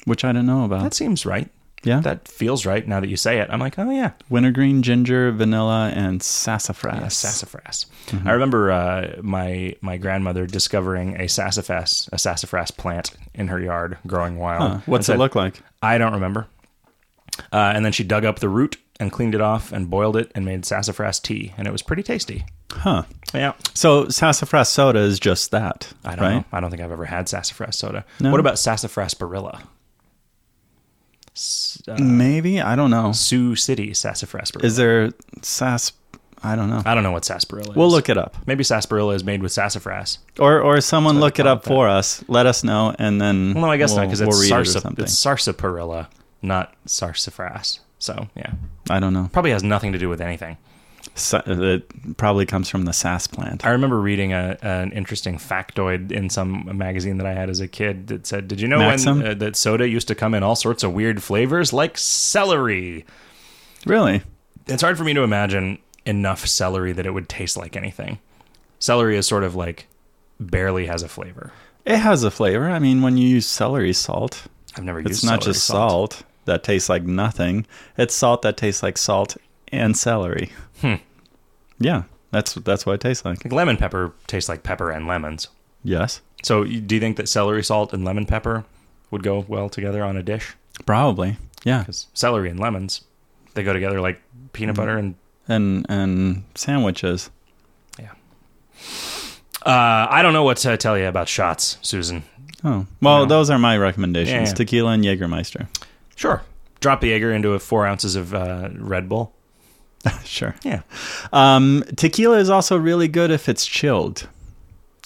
which I didn't know about.
That seems right.
yeah,
That feels right now that you say it. I'm like, oh yeah,
wintergreen, ginger, vanilla, and sassafras.
a sassafras.
Mm-hmm.
I remember uh, my my grandmother discovering a sassafras a sassafras plant in her yard growing wild.
Huh. What's
And
it
said,
Uh, look like?
I don't remember. Uh, and then she dug up the root and cleaned it off and boiled it and made sassafras tea, and it was pretty tasty.
Huh.
Yeah,
So sassafras soda is just that,
I don't
right?
know. I don't think I've ever had sassafras soda.
No?
What about sassafras barilla? S- uh,
Maybe I don't know.
Sioux City sassafras barilla.
Mm. Is there sass? I don't know.
I don't know what sarsaparilla is.
We'll look it up,
Maybe sarsaparilla is made with sassafras.
or or someone look it
call
up
it that.
for us. Let us know, and then
Well, no, I guess
we'll,
not because
we'll
it's,
read it or
sarsa-
something.
it's sarsaparilla, not sarsafras. So yeah,
I don't know.
probably has nothing to do with anything.
Sa- it probably comes from the sass plant.
I remember reading a, an interesting factoid in some magazine that I had as a kid that said, "Did you know
Maxim?
when uh, that soda used to come in all sorts of weird flavors, like celery?"
Really?
It's hard for me to imagine enough celery that it would taste like anything. Celery is sort of like barely has a flavor.
It has a flavor. I mean, when you use celery salt,
I've never used.
it's not
celery
just salt. that tastes like nothing. It's salt that tastes like salt and celery.
Hmm.
Yeah, that's that's what it tastes like.
Like lemon pepper tastes like pepper and lemons.
Yes,
So, you- do you think that celery salt and lemon pepper would go well together on a dish?
probably. Yeah,
Because celery and lemons, they go together like peanut
Mm.
butter and.
and and sandwiches.
Uh, I don't know what to tell you about shots, Susan.
Oh well,
Yeah.
those are my recommendations:
Yeah, yeah.
tequila and Jägermeister.
Sure, drop the Jaeger into a four ounces of uh, Red Bull.
sure.
Yeah,
Um, tequila is also really good if it's chilled.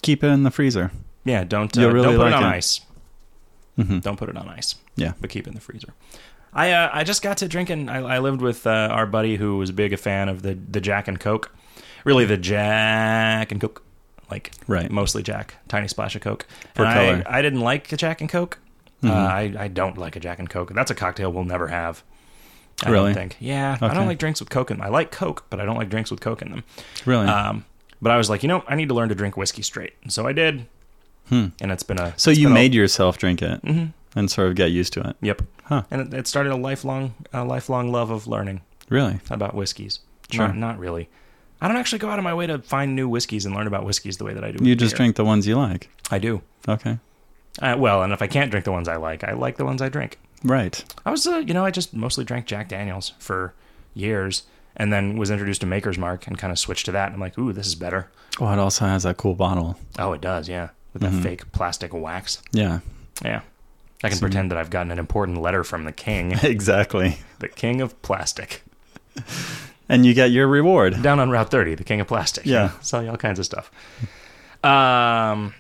Keep it in the freezer.
yeah. Don't uh,
You'll really
don't put
like
it on
it.
ice. Don't put it on ice.
Yeah.
but keep it in the freezer. I uh, I just got to drinking. I, I lived with uh, our buddy who was big a fan of the the Jack and Coke, really the Jack and Coke, like
Right.
mostly Jack, tiny splash of Coke.
For
and
color. Mm-hmm.
I, I didn't like a Jack and Coke. Uh, I I don't like a Jack and Coke. That's a cocktail we'll never have. I
Really?
don't think. Yeah, I
Okay.
don't like drinks with Coke in them. I like Coke, but I don't like drinks with Coke in them.
Really?
Um, but I was like, you know, I need to learn to drink whiskey straight, and so I did. And it's been a
Hmm. so
it's
you
been a-
made yourself drink it
Mm-hmm.
and sort of get used to it.
Yep.
Huh.
And it, it started a lifelong, a lifelong love of learning
Really?
about whiskeys.
Sure.
Not, not really. I don't actually go out of my way to find new whiskeys and learn about whiskeys the way that I do. with
You just
beer.
drink the ones you like.
I do.
Okay.
Uh, well, and if I can't drink the ones I like, I like the ones I drink.
Right.
I was, uh, you know, I just mostly drank Jack Daniels for years, and then was introduced to Maker's Mark and kind of switched to that. And I'm like, ooh, this is better.
Oh, it also has that cool bottle.
Oh, it does, yeah, with that fake plastic wax.
Yeah.
Yeah, I can pretend that I've gotten an important letter from the king,
Exactly.
the king of plastic.
And you get your reward.
down on Route 30, the king of plastic.
Yeah.
Sell you all kinds of stuff. Um,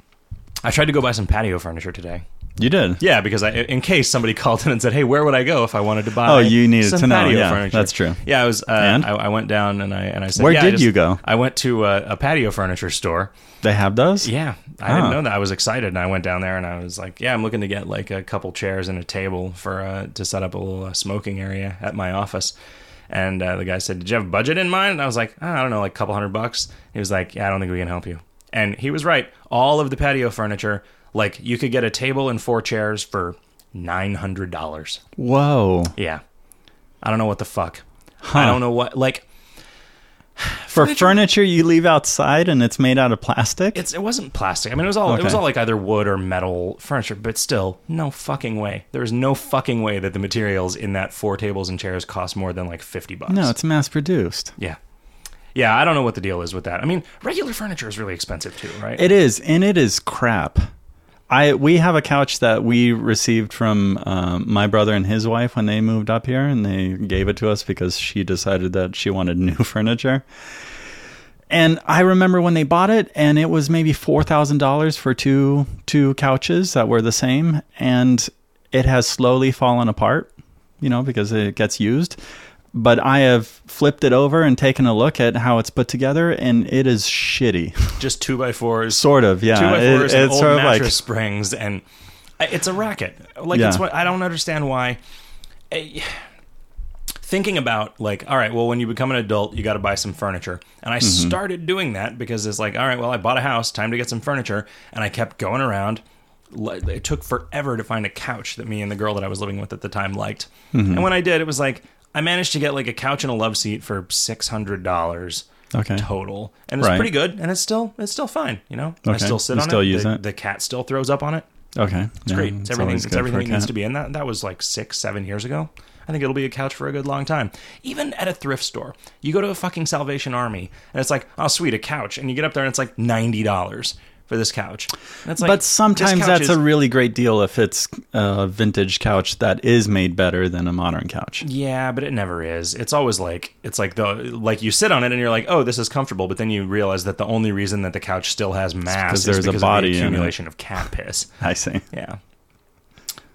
I tried to go buy some patio furniture today.
You did.
Yeah, because I, in case somebody called in and said, "Hey, where would I go if I wanted to buy?"
Oh, you needed
some
to know.
patio
Yeah,
furniture?"
that's true.
Yeah, I was. Uh,
And?
I, I went down and I and I said,
Where
yeah, I
did
just-
you go?
I went to uh, a, a patio furniture store.
They have those?
Yeah, I
Ah.
didn't know that. I was excited and I went down there and I was like, "Yeah, I'm looking to get like a couple chairs and a table for uh, to set up a little uh, smoking area at my office." And uh, the guy said, "Did you have a budget in mind?" And I was like, "Ah, "I don't know, like a couple hundred bucks." He was like, "Yeah, I don't think we can help you." And he was right. All of the patio furniture, like you could get a table and four chairs for nine hundred dollars.
Whoa.
Yeah, I don't know what the fuck. I don't know what like
For furniture you leave outside and it's made out of plastic?
It's it wasn't plastic. I mean, it was all it was
Okay.
all like either wood or metal furniture, but still, no fucking way. There is no fucking way that the materials in that four tables and chairs cost more than like fifty bucks.
no, it's mass produced.
yeah, yeah. I don't know what the deal is with that. I mean, regular furniture is really expensive too, right?
It is, and it is crap. I we have a couch that we received from um, my brother and his wife when they moved up here, and they gave it to us because she decided that she wanted new furniture. And I remember when they bought it, and it was maybe four thousand dollars for two two couches that were the same, and it has slowly fallen apart, you know, because it gets used. But I have flipped it over and taken a look at how it's put together, and it is shitty.
Just two by fours,
Sort of, yeah.
two by
It-
fours, and
it's
old
sort of
mattress
like
springs, and I- it's a racket. Like
Yeah.
it's what I don't understand why. I- Thinking about like, all right, well, when you become an adult, you got to buy some furniture, and I
Mm-hmm.
started doing that because it's like, all right, well, I bought a house, time to get some furniture, and I kept going around. Li- It took forever to find a couch that me and the girl that I was living with at the time liked,
Mm-hmm.
and when I did, it was like I managed to get like a couch and a love seat for six hundred dollars
Okay.
total, and it's
Right.
pretty good, and it's still it's still fine, you know. I
Okay.
still sit
You
on
still
it.
use
the,
it?
the cat still throws up on it.
okay,
It's great. It's everything. It's everything that needs to be in that. That was like six, seven years ago. I think it'll be a couch for a good long time. Even at a thrift store, you go to a fucking Salvation Army, and it's like, oh sweet, a couch, and you get up there, and it's like ninety dollars for this couch. And it's like,
But
this
sometimes
couch
that's
is-
a really great deal if it's a vintage couch that is made better than a modern couch.
yeah, but it never is. It's always like it's like the like you sit on it and you're like, oh, this is comfortable, but then you realize that the only reason that the couch still has mass
because
is
there's a
because of
body in
the
it.
accumulation of cat piss.
I see.
Yeah.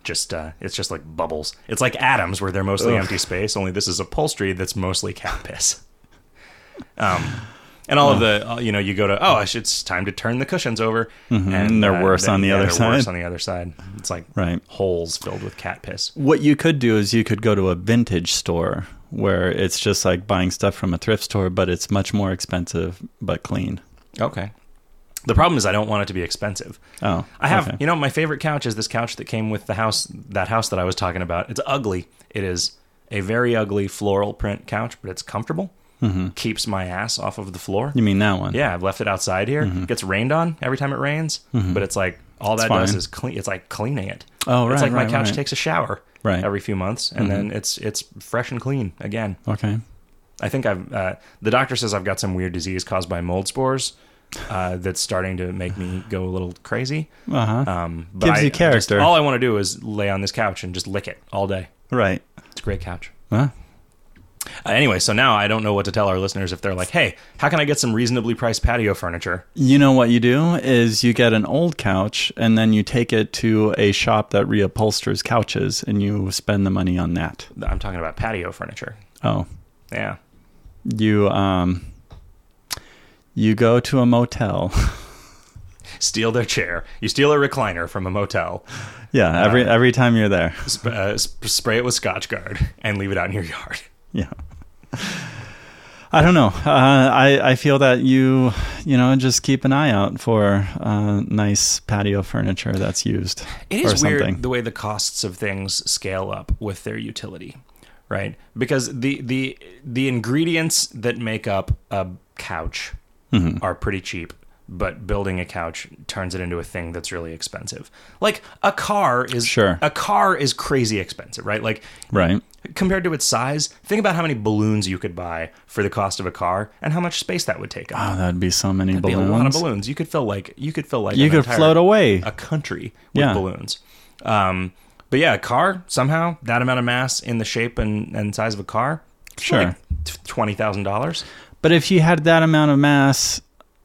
Just uh, it's just like bubbles. It's like atoms where they're mostly empty space. Only this is upholstery that's mostly cat piss. Um, and all of the uh, you know you go to oh I should- it's time to turn the cushions over
Mm-hmm.
uh,
and they're worse on the
yeah,
other
they're Worse
side.
on the other side. It's like
Right.
holes filled with cat piss.
What you could do is you could go to a vintage store where it's just like buying stuff from a thrift store, but it's much more expensive but clean.
Okay. The problem is I don't want it to be expensive.
Oh,
I have,
okay.
you know, my favorite couch is this couch that came with the house, that house that I was talking about. It's ugly. It is a very ugly floral print couch, but it's comfortable. Keeps my ass off of the floor.
Mm-hmm. You Mm-hmm. mean that one?
Yeah, I've left it outside here. Gets rained on every time it rains, but it's like all that does
Mm-hmm. fine.
is clean. It's like cleaning it.
Oh,
It's like
right,
my
right,
couch
right.
takes a shower
Right. Mm-hmm.
every few months, and then it's it's fresh and clean again.
Okay.
I think I've. Uh, the doctor says I've got some weird disease caused by mold spores uh, that's starting to make me go a little crazy.
Uh huh.
Um, but
Gives
I-
you
just-
character.
all I want to do is lay on this couch and just lick it all day.
right.
It's a great couch.
Huh?
Uh, anyway, so now I don't know what to tell our listeners if they're like, hey, how can I get some reasonably priced patio furniture?
You know what you do is you get an old couch and then you take it to a shop that reupholsters couches and you spend the money on that.
I'm talking about patio furniture.
Oh,
Yeah.
you um you go to a motel.
Steal their chair. You steal a recliner from a motel,
yeah, every every time you're there.
sp- uh, sp- spray it with Scotch Guard, and leave it out in your yard.
Yeah. I don't know. Uh, I I feel that you you know just keep an eye out for uh, nice patio furniture that's used
It
or
is
something.
weird the way the costs of things scale up with their utility, right? Because the the the ingredients that make up a couch
Mm-hmm.
are pretty cheap, but building a couch turns it into a thing that's really expensive. Like a car is
Sure.
a car is crazy expensive, right? Like
Right.
compared to its size, think about how many balloons you could buy for the cost of a car and how much space that would take up.
Oh, that'd be so many
Be
balloons.
a lot of balloons. You could fill like you could fill like
You
an
could
entire-
float away.
a country with
Yeah.
balloons. Um, but yeah, a car somehow that amount of mass in the shape and, and size of a car, it's
Sure.
like t- twenty thousand dollars.
But if you had that amount of mass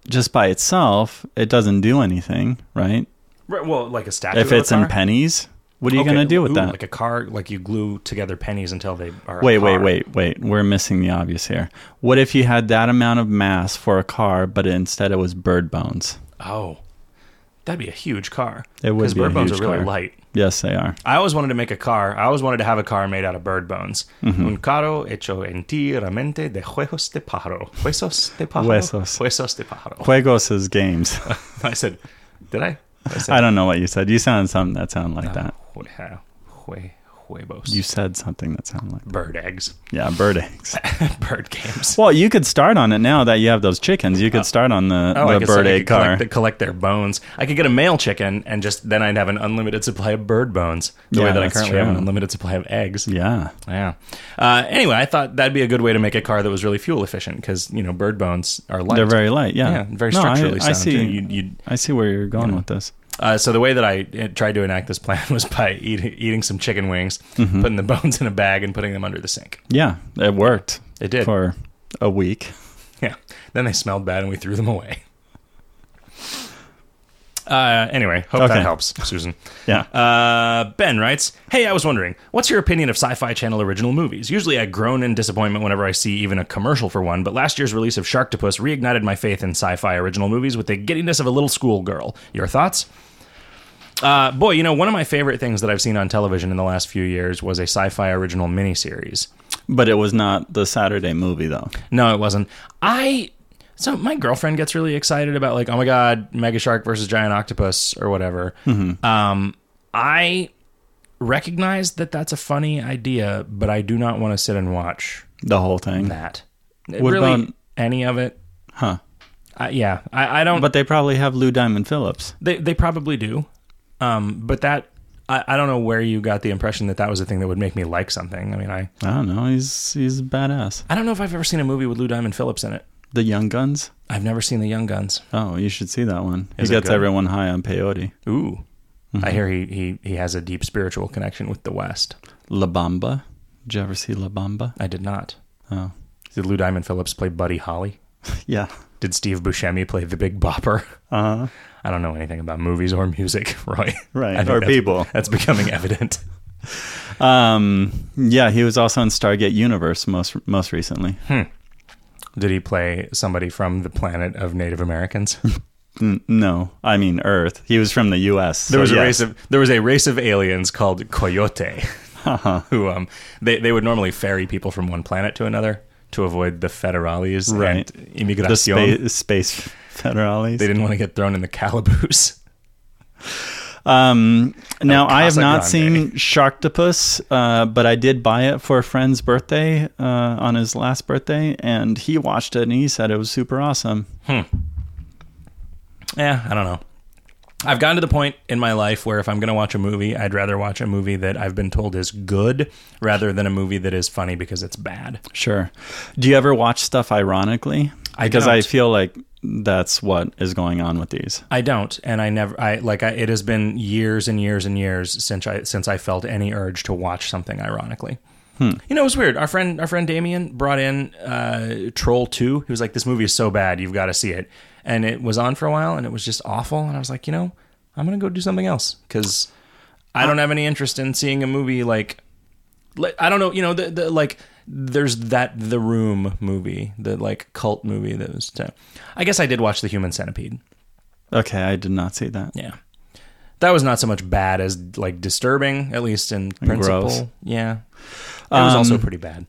just by itself, it doesn't do anything, right?
Right, well, like a statue.
if
of a
it's in
car?
pennies, what are you
Okay,
going to do with
ooh,
that?
Like a car, like you glue together pennies until they are. a
wait, wait,
car.
wait, wait. We're missing the obvious here. What if you had that amount of mass for a car, but instead it was bird bones?
Oh, that'd be a huge car.
It would
because
be a
bird bones
huge
are really
car.
light.
Yes, they are.
I always wanted to make a car. I always wanted to have a car made out of bird bones.
Mm-hmm.
Un carro hecho enteramente de huesos de pájaro. Huesos de pájaro.
Huesos.
Huesos de pájaro.
Juegos is games.
I said, did I? I said,
I don't know what you said. You sounded something that sounded like that.
Hue- uh, hue- huevos.
You said something that sounded like that.
bird eggs.
Yeah, bird eggs.
bird games.
well, you could start on it now that you have those chickens. You could start on the,
Uh, oh, I
the
guess I
bird
could
egg
collect,
car.
the- collect their bones. I could get a male chicken and just then I'd have an unlimited supply of bird bones. The
Yeah,
way that I
that's
currently have an
true.
unlimited supply of eggs.
yeah.
Yeah. Uh, anyway, I thought that'd be a good way to make a car that was really fuel efficient because you know bird bones are light.
They're very light, yeah.
yeah, very
No, I-
structurally
I,
sound.
see.
too. You, you,
I see where you're going with this.
uh, so the way that I uh, tried to enact this plan was by eat, eating some chicken wings,
Mm-hmm.
putting the bones in a bag, and putting them under the sink.
Yeah, it worked
It did.
for a week.
Yeah. Then they smelled bad and we threw them away. Uh, anyway, hope that
Okay.
helps, Susan.
Yeah.
Uh, ben writes, "Hey, I was wondering, what's your opinion of Sci-Fi Channel original movies? Usually, I groan in disappointment whenever I see even a commercial for one. But last year's release of Sharktopus reignited my faith in sci-fi original movies with the giddiness of a little schoolgirl. Your thoughts?" Uh, boy, you know, one of my favorite things that I've seen on television in the last few years was a sci-fi original miniseries.
But it was not the Saturday movie, though.
No, it wasn't. I so my girlfriend gets really excited about like, oh my god, Mega Shark versus Giant Octopus or whatever.
Mm-hmm.
Um, I recognize that that's a funny idea, but I do not want to sit and watch
The whole thing.
that.
What
really,
about-
any of it?
Huh.
I, yeah, I, I don't.
But they probably have Lou Diamond Phillips.
They they probably do, um, but that. I, I don't know where you got the impression that that was a thing that would make me like something. I mean, I,
I don't know. He's he's badass.
I don't know if I've ever seen a movie with Lou Diamond Phillips in it.
The Young Guns.
I've never seen The Young Guns.
Oh, you should see that one.
Is it
he gets
good?
everyone high on peyote.
Ooh.
Mm-hmm.
I hear he, he he has a deep spiritual connection with the West.
La Bamba. Did you ever see La Bamba?
I did not.
Oh,
Did Lou Diamond Phillips play Buddy Holly?
yeah.
Did Steve Buscemi play the Big Bopper?
Uh huh.
I don't know anything about movies or music, Roy.
Right,
I think
or
that's-
people.
That's becoming evident.
Um. Yeah, he was also in Stargate Universe most most recently.
Did he play somebody from the planet of Native Americans?
N- no, I mean Earth. He was from the U.S.
There was
so
a
yes.
race of there was a race of aliens called Coyote, who um they, they would normally ferry people from one planet to another to avoid the federales
Right.
and
the
immigración.
spa- space federales.
they didn't want to get thrown in the calaboose.
Um, now I have
Casa
not
Grande.
seen Sharktopus, uh, but I did buy it for a friend's birthday uh, on his last birthday, and he watched it and he said it was super awesome.
Yeah, Eh, I don't know. I've gotten to the point in my life where if I'm going to watch a movie, I'd rather watch a movie that I've been told is good rather than a movie that is funny because it's bad.
Sure. Do you ever watch stuff ironically?
I
because I
don't.
feel like that's what is going on with these.
I don't, and I never. I like. I, it has been years and years and years since I since I felt any urge to watch something ironically. You know, it was weird. Our friend, our friend Damien brought in uh, Troll Two. He was like, "This movie is so bad, you've got to see it." And it was on for a while, and it was just awful. And I was like, you know, I'm gonna go do something else because I don't have any interest in seeing a movie like like, I don't know, you know, the, the like there's that the room movie, the like cult movie that was. I guess I did watch the Human Centipede.
Okay, I did not see that.
Yeah, that was not so much bad as like disturbing, at least in principle.
gross.
Yeah, it was also pretty bad.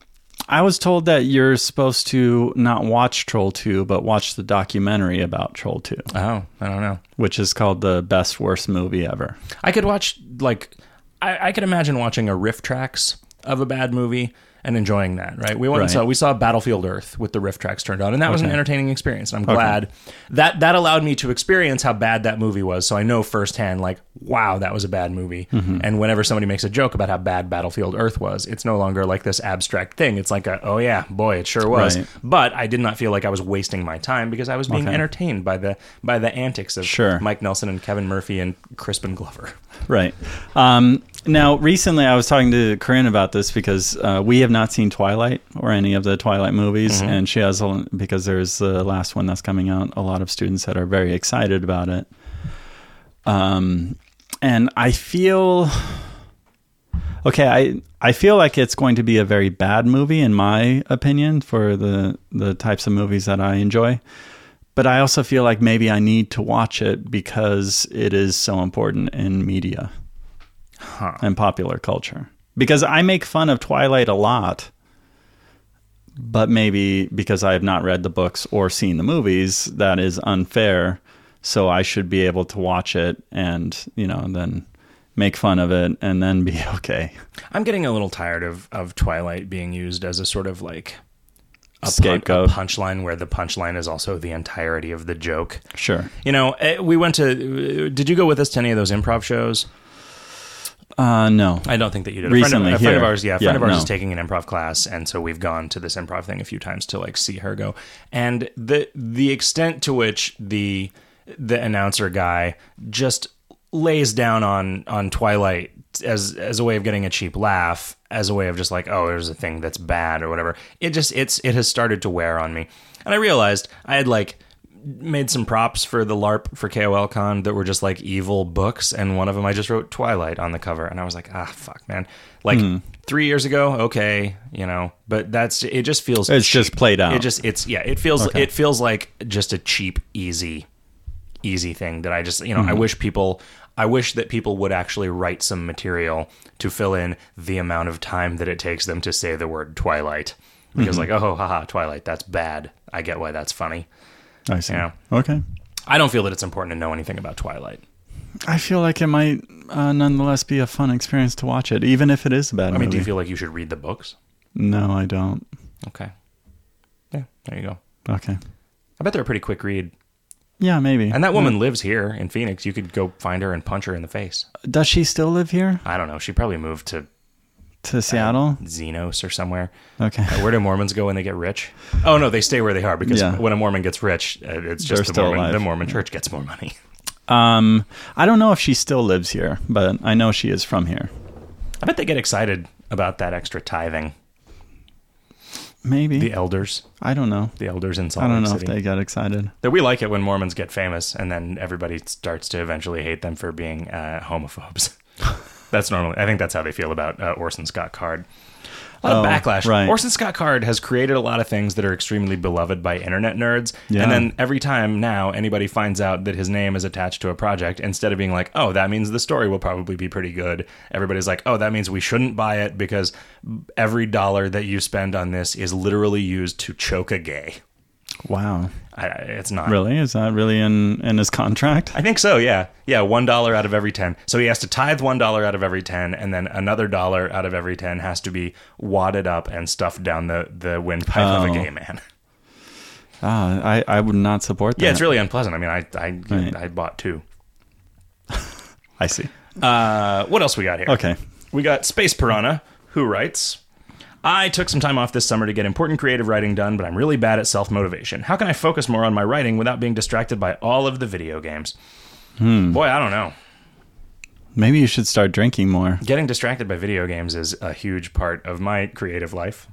I was told that you're supposed to not watch Troll 2, but watch the documentary about Troll 2,
Oh, I don't know.
which is called The Best Worst Movie Ever.
I could watch like I, I could imagine watching a riff tracks of a bad movie and enjoying that. Right? We went and
Right.
saw we saw Battlefield Earth with the riff tracks turned on, and that was an entertaining experience. And I'm glad that that allowed me to experience how bad that movie was. So I know firsthand, like, wow, that was a bad movie.
Mm-hmm.
And whenever somebody makes a joke about how bad Battlefield Earth was, it's no longer like this abstract thing. It's like a oh yeah, boy, it sure was.
Right.
But I did not feel like I was wasting my time because I was being
Okay.
entertained by the by the antics of
Sure.
Mike Nelson and Kevin Murphy and Crispin Glover.
Right. Um, now, recently I was talking to Corinne about this because uh, we have not seen Twilight or any of the Twilight movies. And she has, a, because there's the last one that's coming out, a lot of students that are very excited about it. Um, and I feel. Okay, I I feel like it's going to be a very bad movie in my opinion for the the types of movies that I enjoy. But I also feel like maybe I need to watch it because it is so important in media and popular culture. Because I make fun of Twilight a lot, but maybe because I have not read the books or seen the movies, that is unfair. So I should be able to watch it and, you know, then make fun of it and then be okay.
I'm getting a little tired of of Twilight being used as a sort of like a, pun- a
Scapegoat.
punchline where the punchline is also the entirety of the joke.
Sure.
You know, eh, we went to. uh, Did you go with us to any of those improv shows?
Uh no.
I don't think that you did. a
Recently,
friend of, a friend of
here.
ours, yeah, a friend
Yeah,
of ours
no.
is taking an improv class, and so we've gone to this improv thing a few times to like see her go, and the the extent to which the the announcer guy just lays down on on Twilight as as a way of getting a cheap laugh, as a way of just like, oh, there's a thing that's bad or whatever. It just it's it has started to wear on me, and I realized I had like made some props for the LARP for KOL Con that were just like evil books, and one of them I just wrote Twilight on the cover, and I was like, ah, fuck, man. Like
Hmm.
three years ago, okay, you know, but that's it. Just feels
It's just played out.
It just it's yeah. It feels it feels like just a cheap, easy, easy thing that I just you know
Hmm.
I wish people. I wish that people would actually write some material to fill in the amount of time that it takes them to say the word Twilight. Because,
Mm-hmm.
like, oh, haha, Twilight, that's bad. I get why that's funny.
I see.
Yeah.
Okay.
I don't feel that it's important to know anything about Twilight.
I feel like it might uh, nonetheless be a fun experience to watch it, even if it is a bad
I mean,
movie.
do you feel like you should read the books?
no, I don't.
Okay. Yeah, there you go.
Okay.
I bet they're a pretty quick read.
Yeah, maybe.
And that woman lives here in Phoenix. You could go find her and punch her in the face.
Does she still live here?
I don't know. She probably moved to
To Seattle?
Xenos or somewhere.
Okay.
Where do Mormons go when they get rich? Oh no, they stay where they are because
Yeah.
when a Mormon gets rich, uh, it's
They're
just the
still
Mormon,
alive.
the Mormon Church gets more money.
Um, I don't know if she still lives here, but I know she is from here.
I bet they get excited about that extra tithing.
Maybe.
The elders,
I don't know.
the elders in Salt
I don't
Lake
know
City.
if they got excited.
that we like it when Mormons get famous, and then everybody starts to eventually hate them for being uh, homophobes. that's normally, I think that's how they feel about uh, Orson Scott Card. A lot of
Oh,
backlash.
right.
Orson Scott Card has created a lot of things that are extremely beloved by internet nerds,
Yeah.
and then every time now anybody finds out that his name is attached to a project, instead of being like, "Oh, that means the story will probably be pretty good," everybody's like, "Oh, that means we shouldn't buy it because every dollar that you spend on this is literally used to choke a gay."
Wow.
I, it's not
Really? Is that really in, in his contract?
I think so, yeah. Yeah, one dollar out of every ten. So he has to tithe one dollar out of every ten, and then another dollar out of every ten has to be wadded up and stuffed down the, the windpipe of a
Oh.
gay man.
Ah, I, I would not support that.
Yeah, it's really unpleasant. I mean I I,
Right.
I bought two.
I see.
Uh, what else we got here?
Okay.
We got Space Piranha, who writes I took some time off this summer to get important creative writing done, but I'm really bad at self motivation. How can I focus more on my
Hmm.
writing without being distracted by all of the video games? Boy, I don't know.
Maybe you should start drinking more.
Getting distracted by video games is a huge part of my creative life.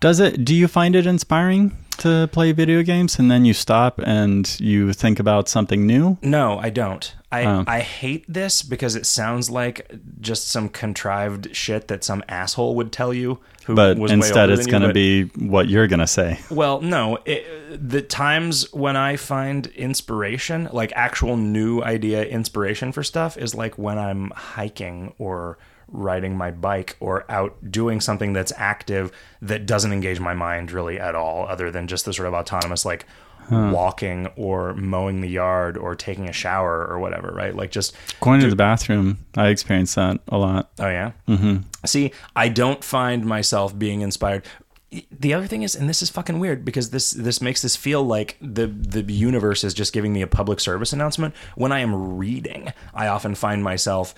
Does it? Do you find it inspiring to play video games, and then you stop and you think about something new?
No, I don't. I
Oh.
I hate this because it sounds like just some contrived shit that some asshole would tell you. Who
But
was way
instead,
older than
it's
you,
going to
but-
be what you're going to say.
Well, no. It, the times when I find inspiration, like actual new idea inspiration for stuff, is like when I'm hiking or riding my bike or out doing something that's active that doesn't engage my mind really at all, other than just the sort of autonomous, like walking or mowing the yard or taking a shower or whatever, right? Like just,
Going to the bathroom, I experience that a lot.
oh yeah. Mm-hmm. See, I don't find myself being inspired. The other thing is, and this is fucking weird because this this makes this feel like the the universe is just giving me a public service announcement. When I am reading, I often find myself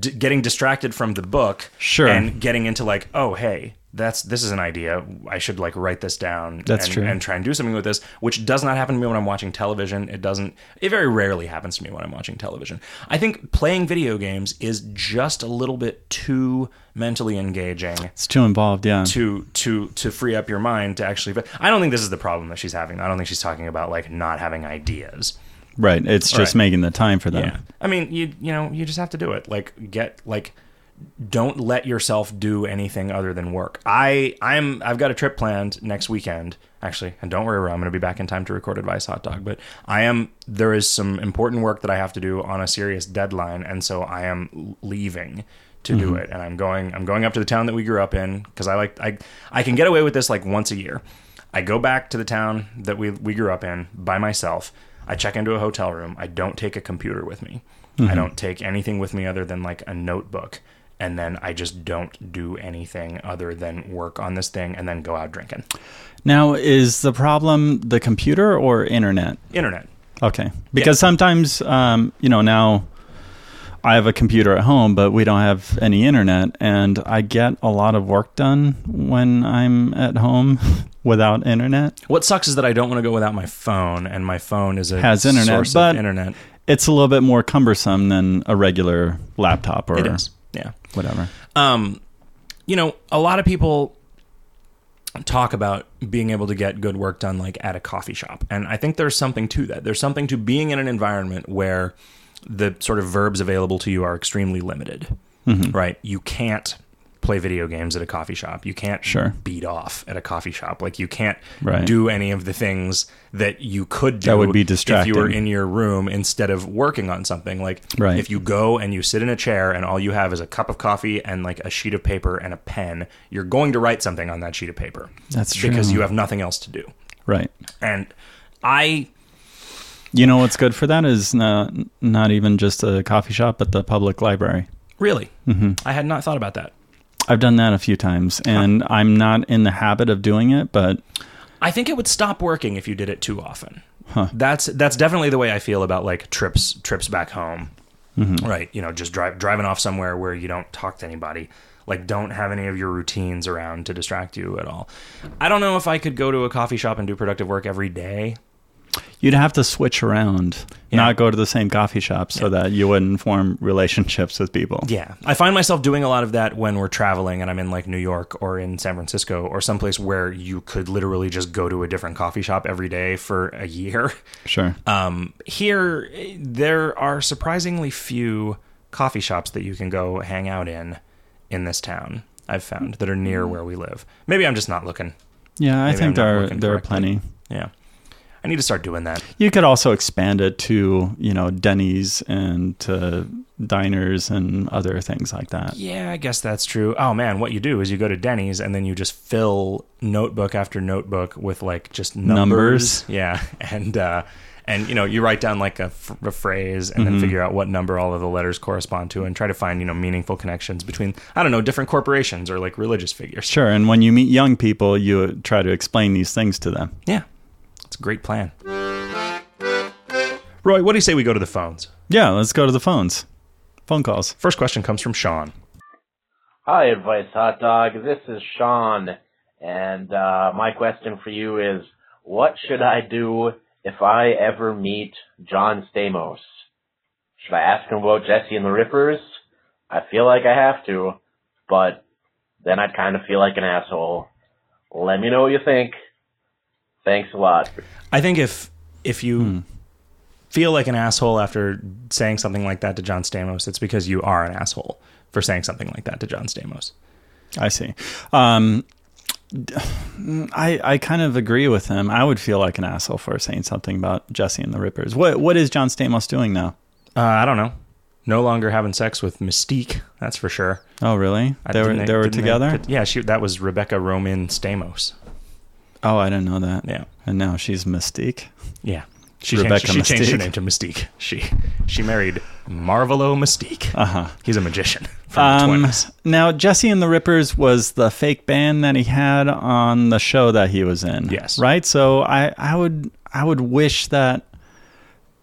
d- getting distracted from the book,
Sure.
and getting into like, oh hey, that's this is an idea. I should like write this down.
That's
and,
true.
And try and do something with this, which does not happen to me when I'm watching television. It doesn't. It very rarely happens to me when I'm watching television. I think playing video games is just a little bit too mentally engaging
It's too involved, yeah.
to to to free up your mind to actually but I don't think this is the problem that she's having. I don't think she's talking about like not having ideas.
right. It's just
Right.
making the time for them.
I mean, you you know, you just have to do it. Like get like don't let yourself do anything other than work. I I'm I've got a trip planned next weekend. Actually, and don't worry, Ro, I'm going to be back in time to record Advice Hot Dog. But I am there is some important work that I have to do on a serious deadline, and so I am l- leaving to do it. And I'm going I'm going up to the town that we grew up in because I like I I can get away with this like once a year. I go back to the town that we we grew up in by myself. I check into a hotel room. I don't take a computer with me. I don't take anything with me other than like a notebook. And then I just don't do anything other than work on this thing and then go out drinking.
Now, is the problem the computer or internet?
Internet.
Okay. Because sometimes, um, you know, now I have a computer at home, but we don't have any internet, and I get a lot of work done when I'm at home without internet.
What sucks is that I don't want to go without my phone, and my phone is a
Has internet,
source
but-
of internet.
It's a little bit more cumbersome than a regular laptop or
It is. Yeah.
whatever.
um, you know, a lot of people talk about being able to get good work done like at a coffee shop. And I think there's something to that. There's something to being in an environment where the sort of verbs available to you are extremely limited.
Mm-hmm.
Right? You can't play video games at a coffee shop. You can't
Sure.
beat off at a coffee shop. Like you can't
Right.
do any of the things that you could do
That would be
if you were
distracting.
in your room instead of working on something. Like
Right.
if you go and you sit in a chair and all you have is a cup of coffee and like a sheet of paper and a pen, you're going to write something on that sheet of paper.
That's true.
Because you have nothing else to do.
Right.
And I
You know what's good for that is not, not even just a coffee shop, but the public library.
really,
Mm-hmm.
I had not thought about that.
I've done that a few times, and I'm not in the habit of doing it, but
I think it would stop working if you did it too often. That's that's definitely the way I feel about like trips trips back home. Right, you know, just drive driving off somewhere where you don't talk to anybody. Like don't have any of your routines around to distract you at all. I don't know if I could go to a coffee shop and do productive work every day.
You'd have to switch around,
Yeah.
not go to the same coffee shop so that you wouldn't form relationships with people.
Yeah. I find myself doing a lot of that when we're traveling and I'm in like New York or in San Francisco or someplace where you could literally just go to a different coffee shop every day for a year.
Sure.
Um, here, eh, there are surprisingly few coffee shops that you can go hang out in in this town. I've found that are near where we live. Maybe I'm just not looking.
yeah,
maybe
I
I'm
think
not
there are,
looking
there are
correctly.
plenty.
Yeah, I need to start doing that.
You could also expand it to, you know, Denny's and to diners and other things like that.
Yeah, I guess that's true. Oh man, what you do is you go to Denny's and then you just fill notebook after notebook with like just numbers.
Numbers.
Yeah, and uh, and you know you write down like a, f- a phrase and then figure out what number all of the letters correspond to and try to find you know meaningful connections between I don't know different corporations or like religious figures.
Sure. And when you meet young people, you try to explain these things to them.
Yeah, it's a great plan. Roy, what do you say we go to the phones?
Yeah, let's go to the phones. Phone calls.
First question comes from Sean.
Hi, Advice Hot Dog. This is Sean, and uh, my question for you is, what should I do if I ever meet John Stamos? Should I ask him about Jesse and the Rippers? I feel like I have to, but then I'd kind of feel like an asshole. Let me know what you think. Thanks a lot.
I think if if you
Hmm.
feel like an asshole after saying something like that to John Stamos, it's because you are an asshole for saying something like that to John Stamos.
I see. Um, d- I I kind of agree with him. I would feel like an asshole for saying something about Jesse and the Rippers. What what is John Stamos doing now?
Uh, I don't know. No longer having sex with Mystique, that's for sure.
Oh, really?
I-
They were
didn't
they were
didn't
together.
yeah, she that was Rebecca Roman Stamos.
oh, I didn't know that.
Yeah,
And now she's Mystique.
yeah. She
Rebecca
changed, she changed her
Mystique.
name to Mystique. She she married Marvelo Mystique.
Uh huh.
He's a magician from the
Um,
20s.
now, Jesse and the Rippers was the fake band that he had on the show that he was in.
Yes.
Right. So I, I would I would wish that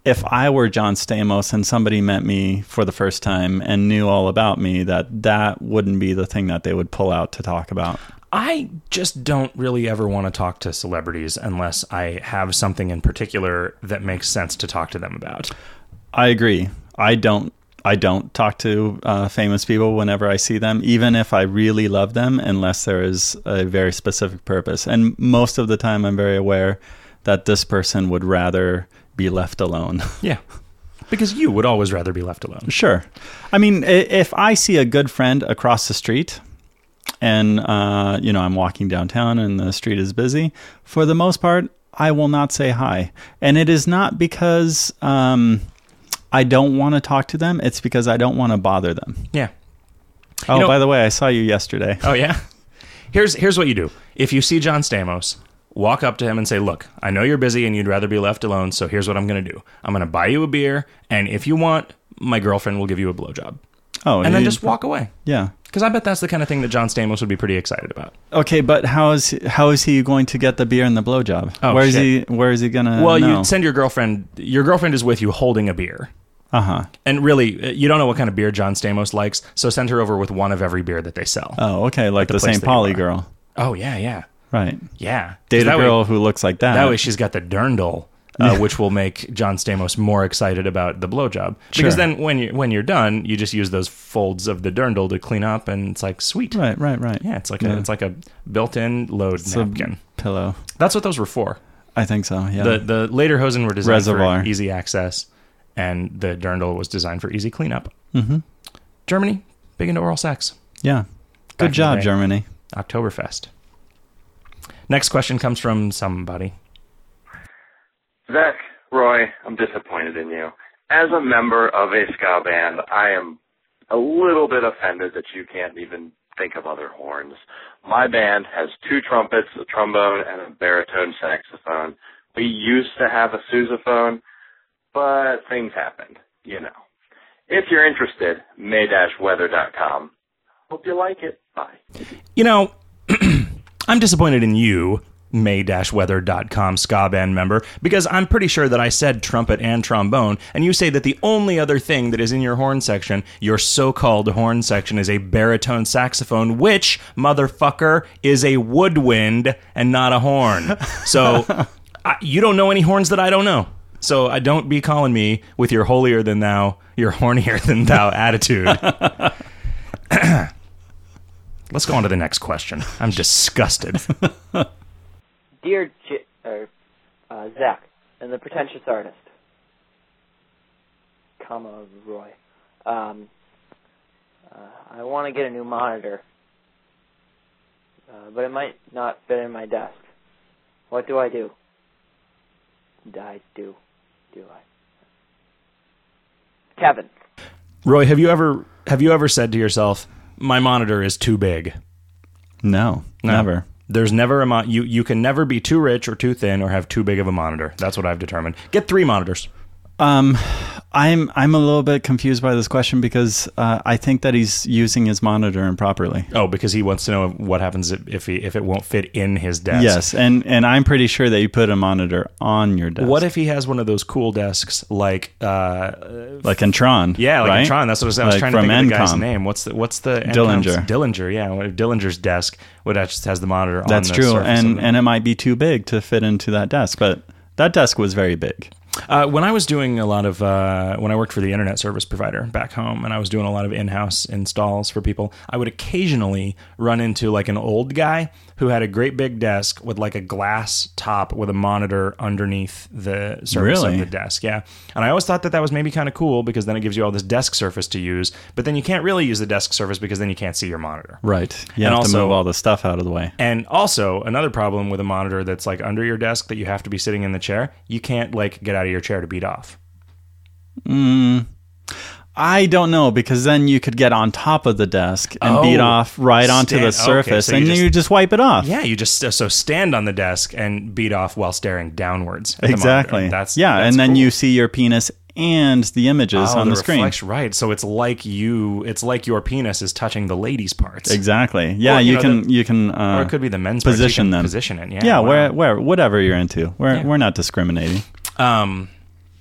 if I were John Stamos and somebody met me for the first time and knew all about me, that that wouldn't be the thing that they would pull out to talk about.
I just don't really ever want to talk to celebrities unless I have something in particular that makes sense to talk to them about.
I agree. I don't. I don't talk to uh, famous people whenever I see them, even if I really love them, unless there is a very specific purpose. And most of the time, I'm very aware that this person would rather be left alone.
Yeah. Because you would always rather be left alone.
sure. I mean, i- if I see a good friend across the street, and uh, you know I'm walking downtown and the street is busy, for the most part, I will not say hi, and it is not because um, I don't want to talk to them. It's because I don't want to bother them.
Yeah.
Oh,
know-
by the way, I saw you yesterday.
Oh yeah. Here's here's what you do. If you see John Stamos, walk up to him and say, "Look, I know you're busy and you'd rather be left alone, so here's what I'm going to do. I'm going to buy you a beer, and if you want, my girlfriend will give you a blowjob."
Oh,
And then
you-
just walk away.
yeah.
Because I bet that's the kind of thing that John Stamos would be pretty excited about.
Okay, but how is how is he going to get the beer and the blowjob?
Oh,
where is
shit.
he? Where is he gonna?
Well,
know?
you send your girlfriend. Your girlfriend is with you holding a beer.
uh huh.
And really, uh, you don't know what kind of beer John Stamos likes, so send her over with one of every beer that they sell.
Oh, okay, like the,
place
St.
that you
Pauli
are.
girl,
oh, yeah, yeah.
right?
Yeah.
Date a
that
girl
Way,
who looks like that.
that way she's got the dirndl, uh, which will make John Stamos more excited about the blowjob. Because
Sure.
then when you're, when you're done, you just use those folds of the dirndl to clean up, and it's like, sweet.
right, right, right.
Yeah, it's like, A, it's like a built-in load
The
napkin.
pillow.
That's what those were for.
I think so. Yeah.
The the later hosen were designed
Reservoir.
for easy access, and the dirndl was designed for easy cleanup. Mm-hmm. Germany, big into oral sex.
yeah.
in the
Good job,
day.
Germany.
Oktoberfest. Next question comes from somebody.
Zach, Roy, I'm disappointed in you. As a member of a ska band, I am a little bit offended that you can't even think of other horns. My band has two trumpets, a trombone, and a baritone saxophone. We used to have a sousaphone, but things happened, you know. If you're interested, may-weather.com. Hope you like it. Bye.
You know, I'm disappointed in you, may-weather.com ska band member, because I'm pretty sure that I said trumpet and trombone, and you say that the only other thing that is in your horn section, your so-called horn section, is a baritone saxophone, which, motherfucker, is a woodwind and not a horn. So I, you don't know any horns that I don't know. So I don't be calling me with your holier than thou, your hornier than thou attitude. Let's go on to the next question. I'm disgusted.
Dear J- er, uh, Zach and the pretentious artist, comma Roy, um, uh, I want to get a new monitor, uh, but it might not fit in my desk. What do I do? Do I do? Do I? Kevin.
Roy, have you ever have you ever said to yourself, "My monitor is too big"?
No, never.
There's never a mon- you you can never be too rich or too thin or have too big of a monitor. That's what I've determined. Get three monitors.
Um, I'm I'm a little bit confused by this question because uh, I think that he's using his monitor improperly.
Oh, because he wants to know what happens if if, he, if it won't fit in his desk.
Yes, and and I'm pretty sure that you put a monitor on your desk.
What if he has one of those cool desks like uh
like in Tron?
yeah like
right?
in Tron? That's what I was, I was
Like
trying to
from
think of the guy's
Encom.
name. What's the what's the
Dillinger.
Encom's- Dillinger, yeah. What if Dillinger's desk would just has the monitor. on
That's
the
true,
surface of
and
the-
and it might be too big to fit into that desk, but that desk was very big.
Uh, when I was doing a lot of, uh, when I worked for the internet service provider back home and I was doing a lot of in house installs for people, I would occasionally run into like an old guy who had a great big desk with like a glass top with a monitor underneath the surface
Really?
of the desk. Yeah. And I always thought that that was maybe kind of cool because then it gives you all this desk surface to use, but then you can't really use the desk surface because then you can't see your monitor.
Right. You
And
have to
also-
move all the stuff out of the way.
And also another problem with a monitor that's like under your desk that you have to be sitting in the chair, you can't like get out of your chair to beat off.
I don't know because then you could get on top of the desk and
Oh,
beat off right onto
stand-
the
okay,
surface,
so you
and
just-
you just wipe it off.
Yeah, you just uh, so stand on the desk and beat off while staring downwards. at the
exactly.
monitor. That's
yeah,
that's
and then
cool.
you see your penis and the images
Oh,
on the, screen.
reflection- right? So it's like you, it's like your penis is touching the lady's parts,
Exactly. Yeah,
Or, you
you,
know,
can
the-
you can. Uh,
or it could be the men's parts. You
position
can
them.
position it. Yeah,
yeah,
wow.
where where whatever you're into, we're we're not discriminating.
Um,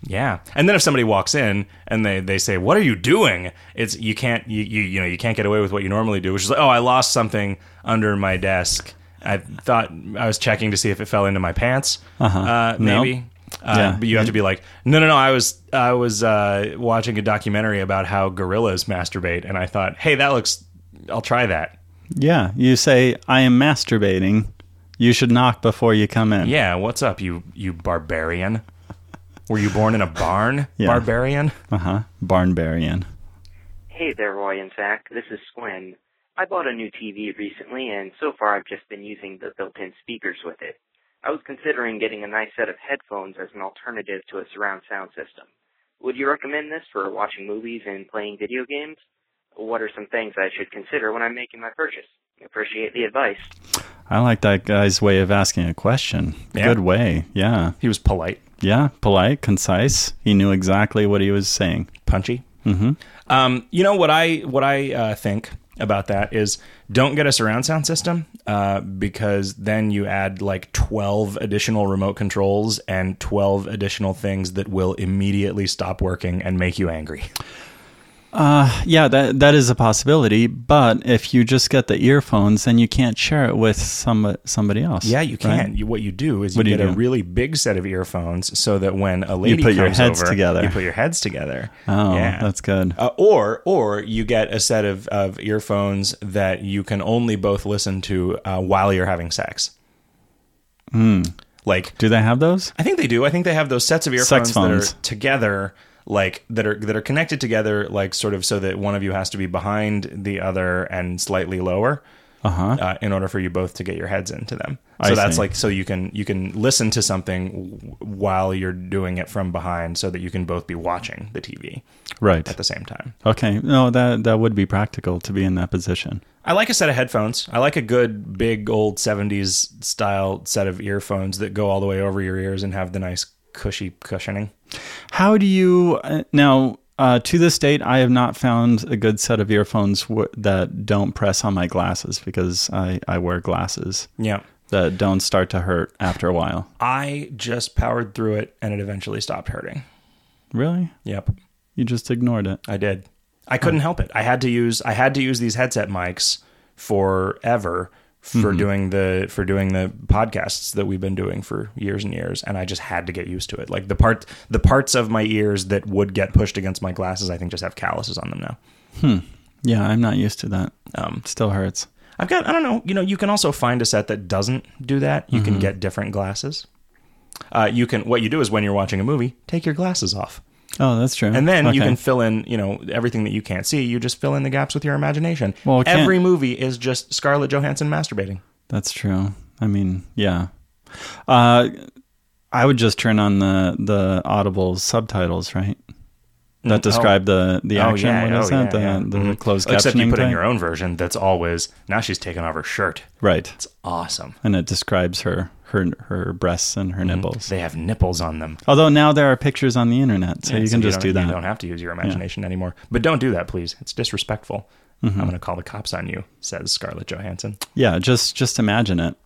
yeah, and then if somebody walks in and they they say, "What are you doing?" It's you can't you you, you know you can't get away with what you normally do, which is like, "Oh, I lost something under my desk. I thought I was checking to see if it fell into my pants. Uh-huh.
No.
maybe." Uh,
Yeah.
But you have to be like, no, no, no. I was I was uh, watching a documentary about how gorillas masturbate, and I thought, hey, that looks. I'll try that.
Yeah, you say I am masturbating. You should knock before you come in.
Yeah, what's up, you you barbarian? Were you born in a barn,
Yeah.
barbarian?
Uh huh. Barnbarian.
Hey there, Roy and Zach. This is Swin. I bought a new TV recently, and so far I've just been using the built-in speakers with it. I was considering getting a nice set of headphones as an alternative to a surround sound system. Would you recommend this for watching movies and playing video games? What are some things I should consider when I'm making my purchase? Appreciate the advice.
I like that guy's way of asking a question.
Yeah.
Good way. Yeah.
He was polite.
Yeah. Polite, concise. He knew exactly what he was saying.
punchy. Mm-hmm. Um, you know what I what I uh, think about that is don't get a surround sound system uh, because then you add like twelve additional remote controls and twelve additional things that will immediately stop working and make you angry.
Yeah, that that is a possibility, but if you just get the earphones, then you can't share it with some somebody else.
Yeah, you
right?
can. You, what you do is you
What do you
get a
do?
really big set of earphones so that when a lady
put your
comes
heads
over,
together.
you put your heads together.
Oh,
Yeah.
that's good.
Uh, or or you get a set of, of earphones that you can only both listen to uh, while you're having sex.
Hmm.
Like
Do they have those?
I think they do. I think they have those sets of earphones that
phones.
are together, like that are that are connected together, like sort of so that one of you has to be behind the other and slightly lower. Uh-huh. in order for you both to get your heads into them,
I
so that's
see.
like so you can you can listen to something w- while you're doing it from behind, so that you can both be watching the TV
Right.
at the same time.
Okay. No, that that would be practical to be in that position.
I like a set of headphones. I like a good big old 70s style set of earphones that go all the way over your ears and have the nice cushy cushioning.
How do you uh, now? Uh, to this date, I have not found a good set of earphones w- that don't press on my glasses because I, I wear glasses
Yeah.
that don't start to hurt after a while.
I just powered through it and it eventually stopped hurting.
Really?
Yep.
You just ignored it.
I did. I couldn't help it. I had to use I had to use these headset mics forever for doing the for doing the podcasts that we've been doing for years and years and I just had to get used to it. Like the part the parts of my ears that would get pushed against my glasses I think just have calluses on them now.
Yeah, I'm not used to that.
Um,
Still hurts.
I've got, I don't know, you know, you can also find a set that doesn't do that. You can get different glasses. Uh, you can, what you do is when you're watching a movie, take your glasses off.
Oh, that's true.
And then you
Okay.
can fill in, you know, everything that you can't see. You just fill in the gaps with your imagination.
Well, it can't-
Every movie is just Scarlett Johansson masturbating.
That's true. I mean, yeah. Uh, I would just turn on the the Audible subtitles, right?
Mm,
That describe
oh.
the the action. What is that? the the
Mhm.
closed captioning
Except you put in
thing?
your own version that's always, now she's taking off her shirt.
right,
It's awesome.
and it describes her her her breasts and
Mm-hmm.
her nipples.
They have nipples on them.
Although now there are pictures on the internet, so you
So
can just
don't-
do that.
You don't have to use your imagination anymore. But don't do that, please. It's disrespectful.
Mm-hmm.
I'm going to call the cops on you, says Scarlett Johansson.
yeah, just just imagine it.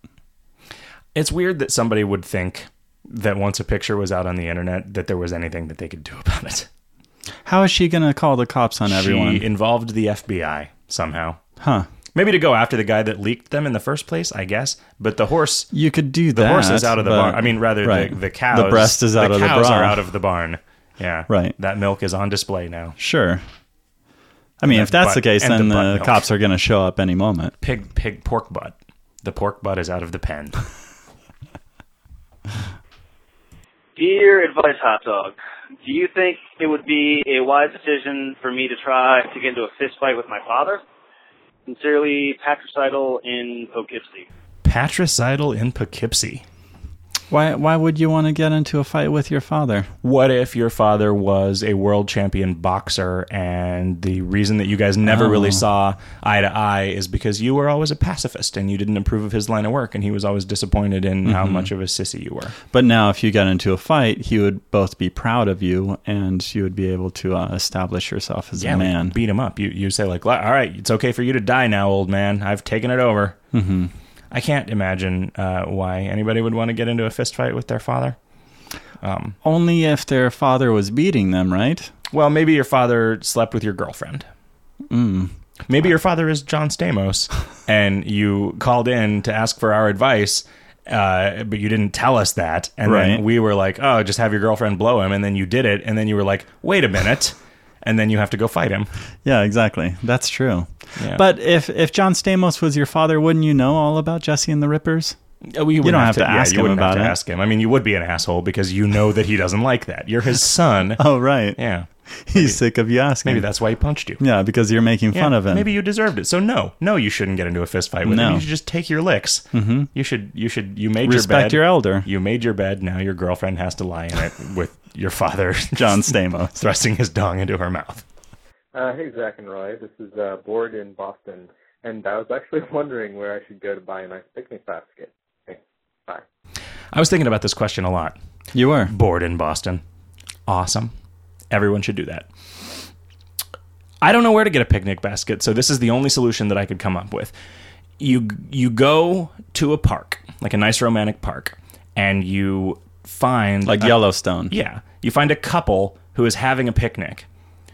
It's weird that somebody would think that once a picture was out on the internet that there was anything that they could do about it.
How is she gonna call the cops on everyone?
She involved the FBI somehow.
huh?
Maybe to go after the guy that leaked them in the first place, I guess. But the horse,
You could do
the
that.
horse is out of the
but-
barn. I mean, rather
right.
the, the cows.
The breast is out of the
cows
bra.
are out of the barn. Yeah,
Right.
That milk is on display now.
Sure. I mean, if that's
butt-
the case,
and the
then
butt
the,
milk.
cops are going to show up any moment.
Pig, pig, pork butt. The pork butt is out of the pen.
Dear Advice Hot Dog, do you think it would be a wise decision for me to try to get into a fist fight with my father? Sincerely, Patricidal in Poughkeepsie.
Patricidal in Poughkeepsie.
Why? Why would you want to get into a fight with your father?
What if your father was a world champion boxer and the reason that you guys never really saw eye to eye is because you were always a pacifist and you didn't approve of his line of work and he was always disappointed in how much of a sissy you were.
But now, if you got into a fight, he would both be proud of you, and you would be able to uh, establish yourself as a
like,
man.
beat him up. You you say like, "All right, it's okay for you to die now, old man. I've taken it over." Mm-hmm. I can't imagine uh, why anybody would want to get into a fist fight with their father.
Only if their father was beating them, right?
Well, maybe your father slept with your girlfriend.
Hmm.
Maybe your father is John Stamos, and you called in to ask for our advice, uh, but you didn't tell us that. And
Right.
then we were like, "Oh, just have your girlfriend blow him," and then you did it, and then you were like, "Wait a minute," and then you have to go fight him.
Yeah, exactly. That's true.
Yeah.
But if if John Stamos was your father, wouldn't you know all about Jesse and the Rippers?
Uh, well, you,
don't
wouldn't
have to
yeah,
ask
you
him
wouldn't
about
have
it.
to ask him. I mean, you would be an asshole because you know that he doesn't like that. You're his son.
Oh, right.
Yeah.
He's sick of you asking.
Maybe that's why he punched you.
Yeah, because you're making
Yeah,
fun of him.
Maybe you deserved it. So no, no, you shouldn't get into a fist fight with
No.
him. You should just take your licks. Mm-hmm. You should, you should, you made
respect your
your bed.
elder,
you made your bed. Now your girlfriend has to lie in it with your father
John Stamos.
thrusting his dong into her mouth.
Uh, hey, Zach and Roy. This is uh, Board in Boston, and I was actually wondering where I should go to buy a nice picnic basket. Thanks. Bye.
I was thinking about this question a lot.
You were.
bored in Boston. Awesome. Everyone should do that. I don't know where to get a picnic basket, so this is the only solution that I could come up with. You you go to a park, like a nice romantic park, and you find
Like
a-
Yellowstone.
yeah, you find a couple who is having a picnic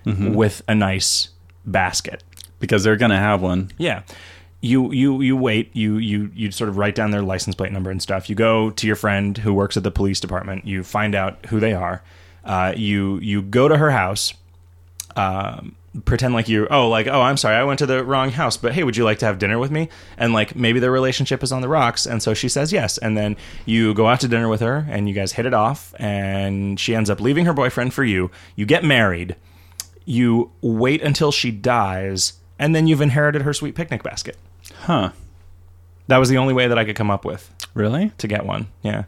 with a nice basket.
Because they're going to have one.
Yeah. You you you wait. You you you sort of write down their license plate number and stuff. You go to your friend who works at the police department. You find out who they are. Uh, you you go to her house. Um, pretend like you oh like oh I'm sorry I went to the wrong house. But hey, would you like to have dinner with me? And like maybe their relationship is on the rocks. And so she says yes. And then you go out to dinner with her and you guys hit it off. And she ends up leaving her boyfriend for you. You get married you wait until she dies, and then you've inherited her sweet picnic basket.
Huh.
That was the only way that I could come up with
Really?
to get one. Yeah.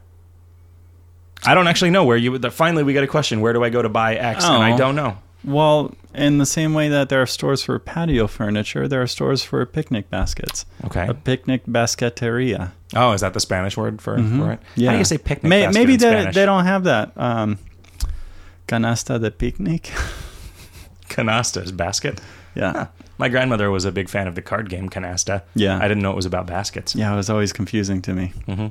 I don't actually know where you would. Finally, we got a question. Where do I go to buy X? And I
Oh.
don't know.
Well, in the same way that there are stores for patio furniture, there are stores for picnic baskets.
Okay.
A picnic basketeria.
Oh, is that the Spanish word for,
Hmm.
for it? How do you say picnic
Mm-hmm. May-
basket
maybe
in
they,
Spanish?
they don't have that. Um, canasta de picnic.
Canasta is basket.
yeah.
My grandmother was a big fan of the card game Canasta.
Yeah.
I didn't know it was about baskets.
Yeah, it was always confusing to me. Mm-hmm.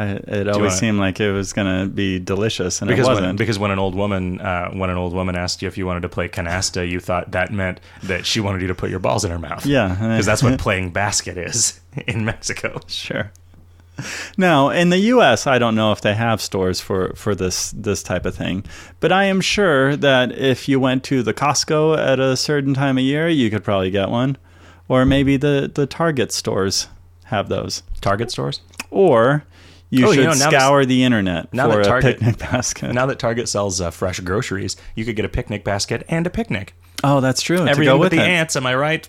I, it always
wanna-
seemed like it was going to be delicious, and
Because
it
when,
wasn't.
because when an old woman uh, when an old woman asked you if you wanted to play canasta, you thought that meant that she wanted you to put your balls in her mouth.
Yeah.
because that's what playing basket is in Mexico.
Sure. Now, in the U.S., I don't know if they have stores for, for this this type of thing, but I am sure that if you went to the Costco at a certain time of year, you could probably get one, or maybe the, the Target stores have those,
Target stores.
or you
Oh, you
should
know, now that-
scour the internet
now
for
that
a
Target-
picnic basket.
Now that Target sells uh, fresh groceries, you could get a picnic basket and a picnic.
oh, that's true. To
Everything
go
with
with
the
it.
ants. Am I right?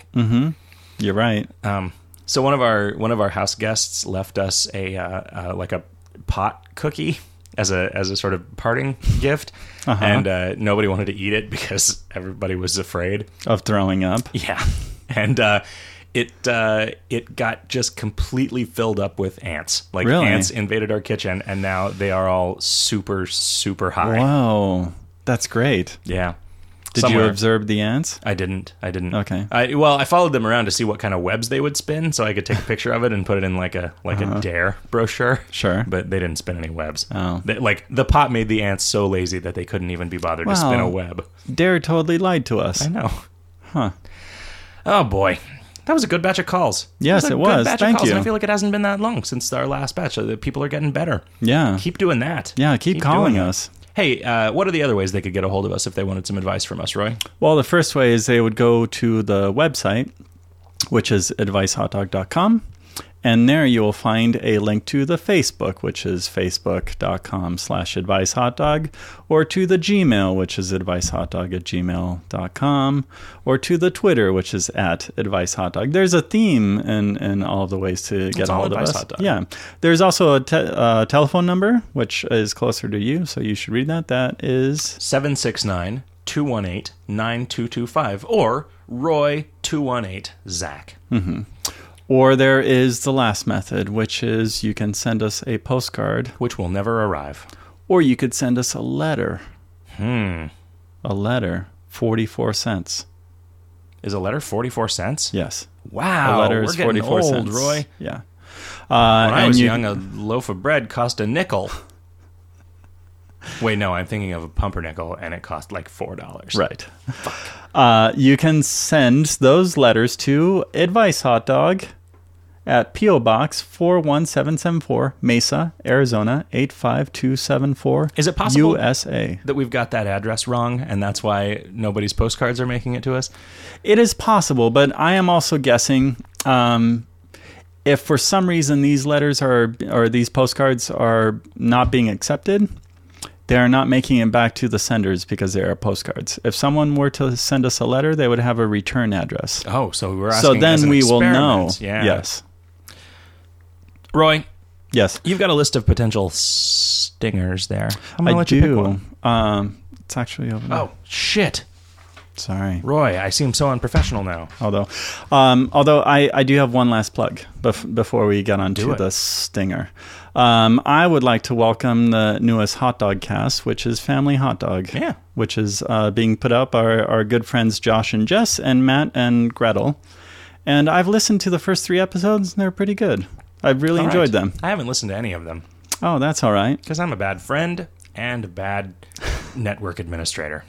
You're right.
Um, so one of our one of our house guests left us a uh, uh, like a pot cookie as a as a sort of parting gift,
Uh-huh.
and uh, nobody wanted to eat it because everybody was afraid.
of throwing up.
Yeah, and uh, it uh, it got just completely filled up with ants. Like
Really?
ants invaded our kitchen, and now they are all super super high.
Wow, that's great.
Yeah.
Did
Somewhere.
you observe the ants?
I didn't. I didn't.
Okay.
I, well, I followed them around to see what kind of webs they would spin, so I could take a picture of it and put it in like a like a dare brochure.
Uh-huh. Sure.
But they didn't spin any webs.
Oh.
They- like the pot made the ants so lazy that they couldn't even be bothered to spin
Wow.
a web.
Dare totally lied to us.
I know.
Huh.
Oh boy. That was a good batch of calls.
Yes,
a
it
good
was.
batch of
Thank
calls, and
you.
I feel like it hasn't been that long since our last batch. So the people are getting better.
Yeah.
Keep doing that.
yeah, keep,
keep
calling
doing it.
us.
Hey, uh, what are the other ways they could get a hold of us if they wanted some advice from us, Roy?
Well, the first way is they would go to the website, which is advicehotdog.com. And there you will find a link to the Facebook, which is facebook.com slash advicehotdog, or to the Gmail, which is advicehotdog at gmail.com, or to the Twitter, which is at advicehotdog. There's a theme in, in all of the ways to get
all
hold of
Advice
us.
Hot Dog.
Yeah. There's also a te- uh, telephone number, which is closer to you, so you should read that. That is
769 218 9225 or Roy218Zach.
Or there is the last method, which is you can send us a postcard
Which will never arrive.
or you could send us a letter. Hmm. A letter, 44 cents.
Is a letter 44 cents?
Yes.
Wow.
a letter
we're
is
getting
44
old,
cents.
Roy.
Yeah. Uh,
When
and
I was
you-
young, a loaf of bread cost a nickel. Wait, no, I'm thinking of a pumpernickel, and it cost like four dollars.
Right. Uh, you can send those letters to Advice Hot Dog at P.O. Box 41774, Mesa, Arizona 85274.
Is it possible-
USA.
That we've got that address wrong, and that's why nobody's postcards are making it to us.
It is possible, but I am also guessing um, if for some reason these letters are or these postcards are not being accepted, they are not making it back to the senders because they are postcards. If someone were to send us a letter, they would have a return address.
Oh, so we're asking
so
as
then
an
we will know.
experiment. Yeah.
Yes.
Roy,
Yes.
you've got a list of potential stingers there. I'm gonna
I
let
do.
you pick one.
Um, it's actually over. there.
Oh shit,
sorry.
Roy! I seem so unprofessional now.
Although, um, although I, I do have one last plug bef- before we get on
Do
to
it.
the stinger. Um, I would like to welcome the newest hot dog cast, which is Family Hot Dog.
Yeah.
Which is uh, being put up our, our good friends Josh and Jess and Matt and Gretel. And I've listened to the first three episodes and they're pretty good. I've really
All right.
enjoyed them.
I haven't listened to any of them
Oh, that's all right.
because I'm a bad friend and a bad network administrator.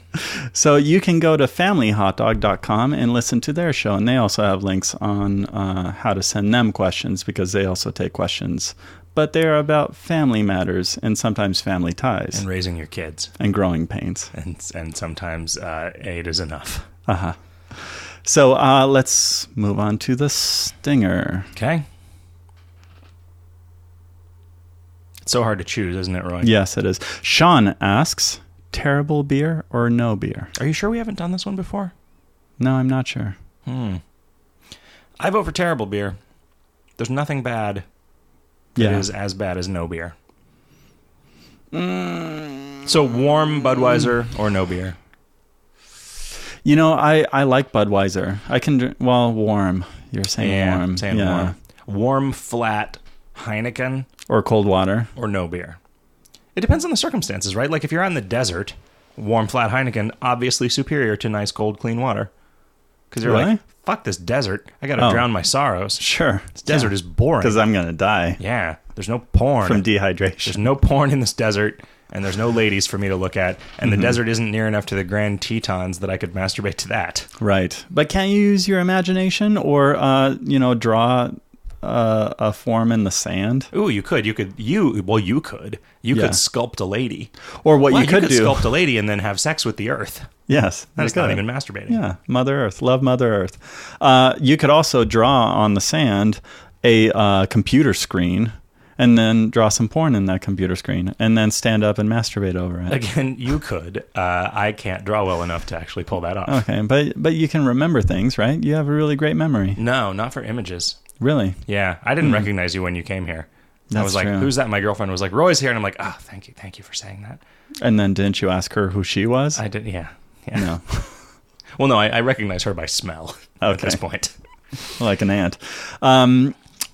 So you can go to familyhotdog.com and listen to their show, and they also have links on uh, how to send them questions because they also take questions. But they are about family matters and sometimes family ties
and
and,
raising your kids,
growing pains. Uh-huh.
and and sometimes uh, eight is enough.
So uh, let's move on to the stinger.
Okay. It's so hard to choose, isn't it, Roy?
Yes, it is. Sean asks, "Terrible beer or no beer?"
Are you sure we haven't done this one before?
No, I'm not sure.
I vote for terrible beer. There's nothing bad that is
Yeah,
as bad as no beer. So warm Budweiser or no beer?
you know, I, I like Budweiser. I can dr- well warm. You're saying
yeah,
warm,
saying
yeah,
warm. Warm flat Heineken
or cold water.
or no beer. It depends on the circumstances, right? Like if you're on the desert, warm flat Heineken obviously superior to nice cold clean water. Because you're
Really?
like, fuck this desert. I gotta
Oh.
drown my sorrows.
Sure,
This desert is boring.
because I'm gonna die
yeah, there's no porn.
from
there's
dehydration.
no porn in this desert, and there's no ladies for me to look at, and the desert isn't near enough to the Grand Tetons that I could masturbate to that.
Right, but can you use your imagination or uh, you know draw uh, a form in the sand
Ooh, you could, you could, you well, you could, you
Yeah.
could sculpt a lady.
or what
Well,
you could, do?
sculpt a lady and then have sex with the earth.
yes,
That's
you
not
could.
even masturbating.
Yeah, Mother Earth, love Mother Earth. Uh, you could also draw on the sand a uh, computer screen. And then draw some porn in that computer screen, and then stand up and masturbate over it.
Again, you could. Uh, I can't draw well enough to actually pull that off.
Okay, but but you can remember things, right? You have a really great memory.
No, not for images.
Really,
Yeah, I didn't recognize you when you came here. I
Hmm. That's
was like,
true.
"Who's that?" My girlfriend was like, "Roy's here," and I'm like, "Ah, thank you, thank you for saying that."
and then didn't you ask her who she was?
I didn't. Yeah, yeah.
no.
Well, no, I, I recognize her by smell at
Okay.
this point.
like an ant. Um,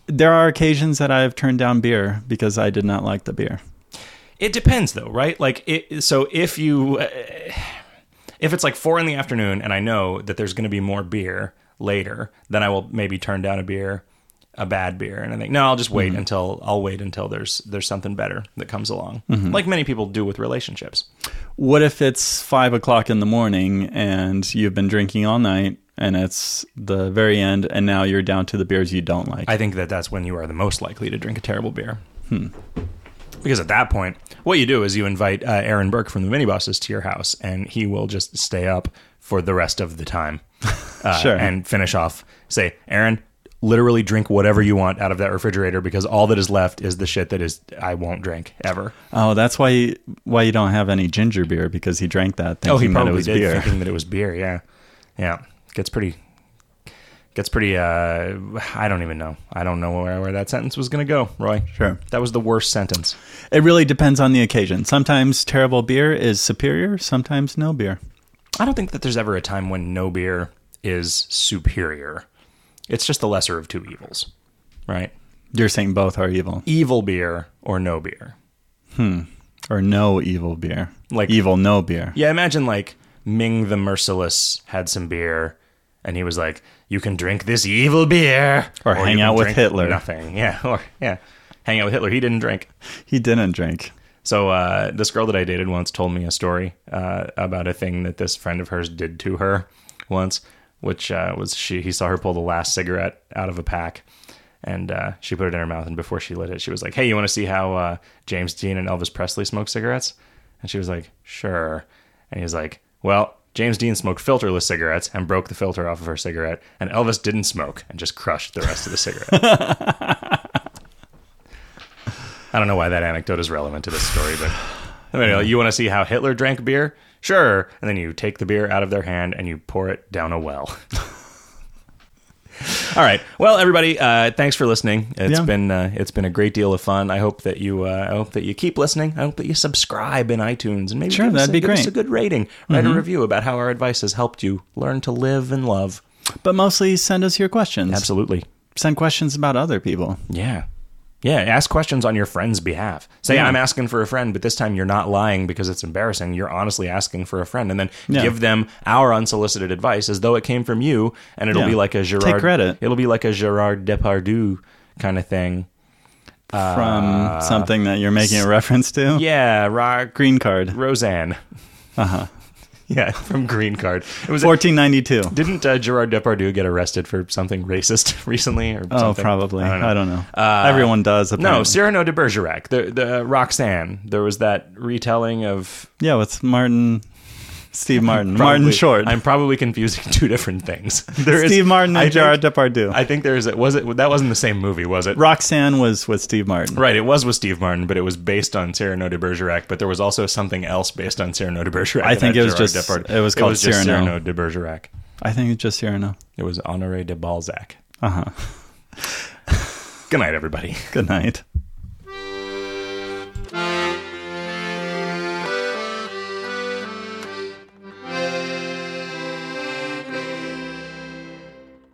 there are occasions that I've turned down beer because I did not like the beer.
It depends, though, right? Like, it, so if you, uh, if it's like four in the afternoon, and I know that there's going to be more beer later, then I will maybe turn down a beer, a bad beer, and I think, no, I'll just wait until I'll wait until there's there's something better that comes along, like many people do with relationships.
What if it's five o'clock in the morning and you've been drinking all night and it's the very end, and now you're down to the beers you don't like.
I think that that's when you are the most likely to drink a terrible beer.
Hmm.
Because at that point, what you do is you invite uh, Aaron Burke from the Minibosses to your house, and he will just stay up for the rest of the time uh,
Sure.
and finish off. Say, Aaron, literally drink whatever you want out of that refrigerator because all that is left is the shit that is I won't drink ever.
oh, that's why you, why you don't have any ginger beer because he drank that thinking
Oh, he
that it
probably
was
did,
beer.
thinking that it was beer. Yeah, yeah. Gets pretty. Gets pretty. Uh, I don't even know. I don't know where, where that sentence was going to go, Roy.
Sure.
That was the worst sentence.
It really depends on the occasion. Sometimes terrible beer is superior. Sometimes no beer.
I don't think that there's ever a time when no beer is superior. It's just the lesser of two evils, right?
You're saying both are evil
Evil beer or no beer.
or no evil beer,
Like-
evil no beer.
Yeah, imagine like Ming the Merciless had some beer and he was like, You can drink this evil beer.
Or hang
you
out
can
with
drink
Hitler."
Nothing. Yeah. Or, yeah. Hang out with Hitler. He didn't drink.
He didn't drink.
So uh, this girl that I dated once told me a story uh, about a thing that this friend of hers did to her once, which uh, was she he saw her pull the last cigarette out of a pack, and uh, she put it in her mouth, and before she lit it, she was like, "Hey, you want to see how uh, James Dean and Elvis Presley smoke cigarettes?" And she was like, "Sure," and he's like, "Well." James Dean smoked filterless cigarettes and broke the filter off of her cigarette, and Elvis didn't smoke and just crushed the rest of the cigarette. I don't know why that anecdote is relevant to this story, but I mean, you want to see how Hitler drank beer? Sure. And then you take the beer out of their hand and you pour it down a well. All right. Well, everybody, uh, thanks for listening. It's
Yeah.
been uh, it's been a great deal of fun. I hope that you uh, I hope that you keep listening. I hope that you subscribe in iTunes and maybe
Sure,
give us
that'd
a,
be
give us
great. Mm-hmm.
a good rating. Write a review about how our advice has helped you learn to live and love.
But mostly send us your questions.
Absolutely.
Send questions about other people.
Yeah. Yeah, ask questions on your friend's behalf. Say, I'm asking for a friend, but this time you're not lying because it's embarrassing. You're honestly asking for a friend. And then
Yeah.
give them our unsolicited advice as though it came from you. And it'll
Yeah.
be like a
Take
Gerard.
credit.
It'll be like a Gerard Depardieu kind of thing.
from something that you're making a reference to.
Uh, Yeah, Ro-
Green card.
Roseanne. Uh huh.
Uh-huh.
yeah, from Green Card. It was.
1492.
didn't uh, Gerard Depardieu get arrested for something racist recently? Or
Oh,
something?
probably.
I don't know. Uh,
Everyone does. Apparently.
No, Cyrano de Bergerac, the the Roxanne. There was that retelling of
yeah, with Martin, Steve Martin,
probably-
Martin Short,
I'm probably confusing two different things. There is
Steve Martin and
I
Gerard
think,
Depardieu.
I think there is. A, was it that wasn't the same movie? Was it?
Roxanne was with Steve Martin.
Right, it was with Steve Martin, but it was based on Cyrano de Bergerac. But there was also something else based on Cyrano de Bergerac.
I
that
think
had
it was
Gerard
just-
Depardieu.
it was called
just
Cyrano.
Cyrano de Bergerac.
I think it's just Cyrano.
It was Honoré de Balzac.
Uh huh.
Good night, everybody.
Good night.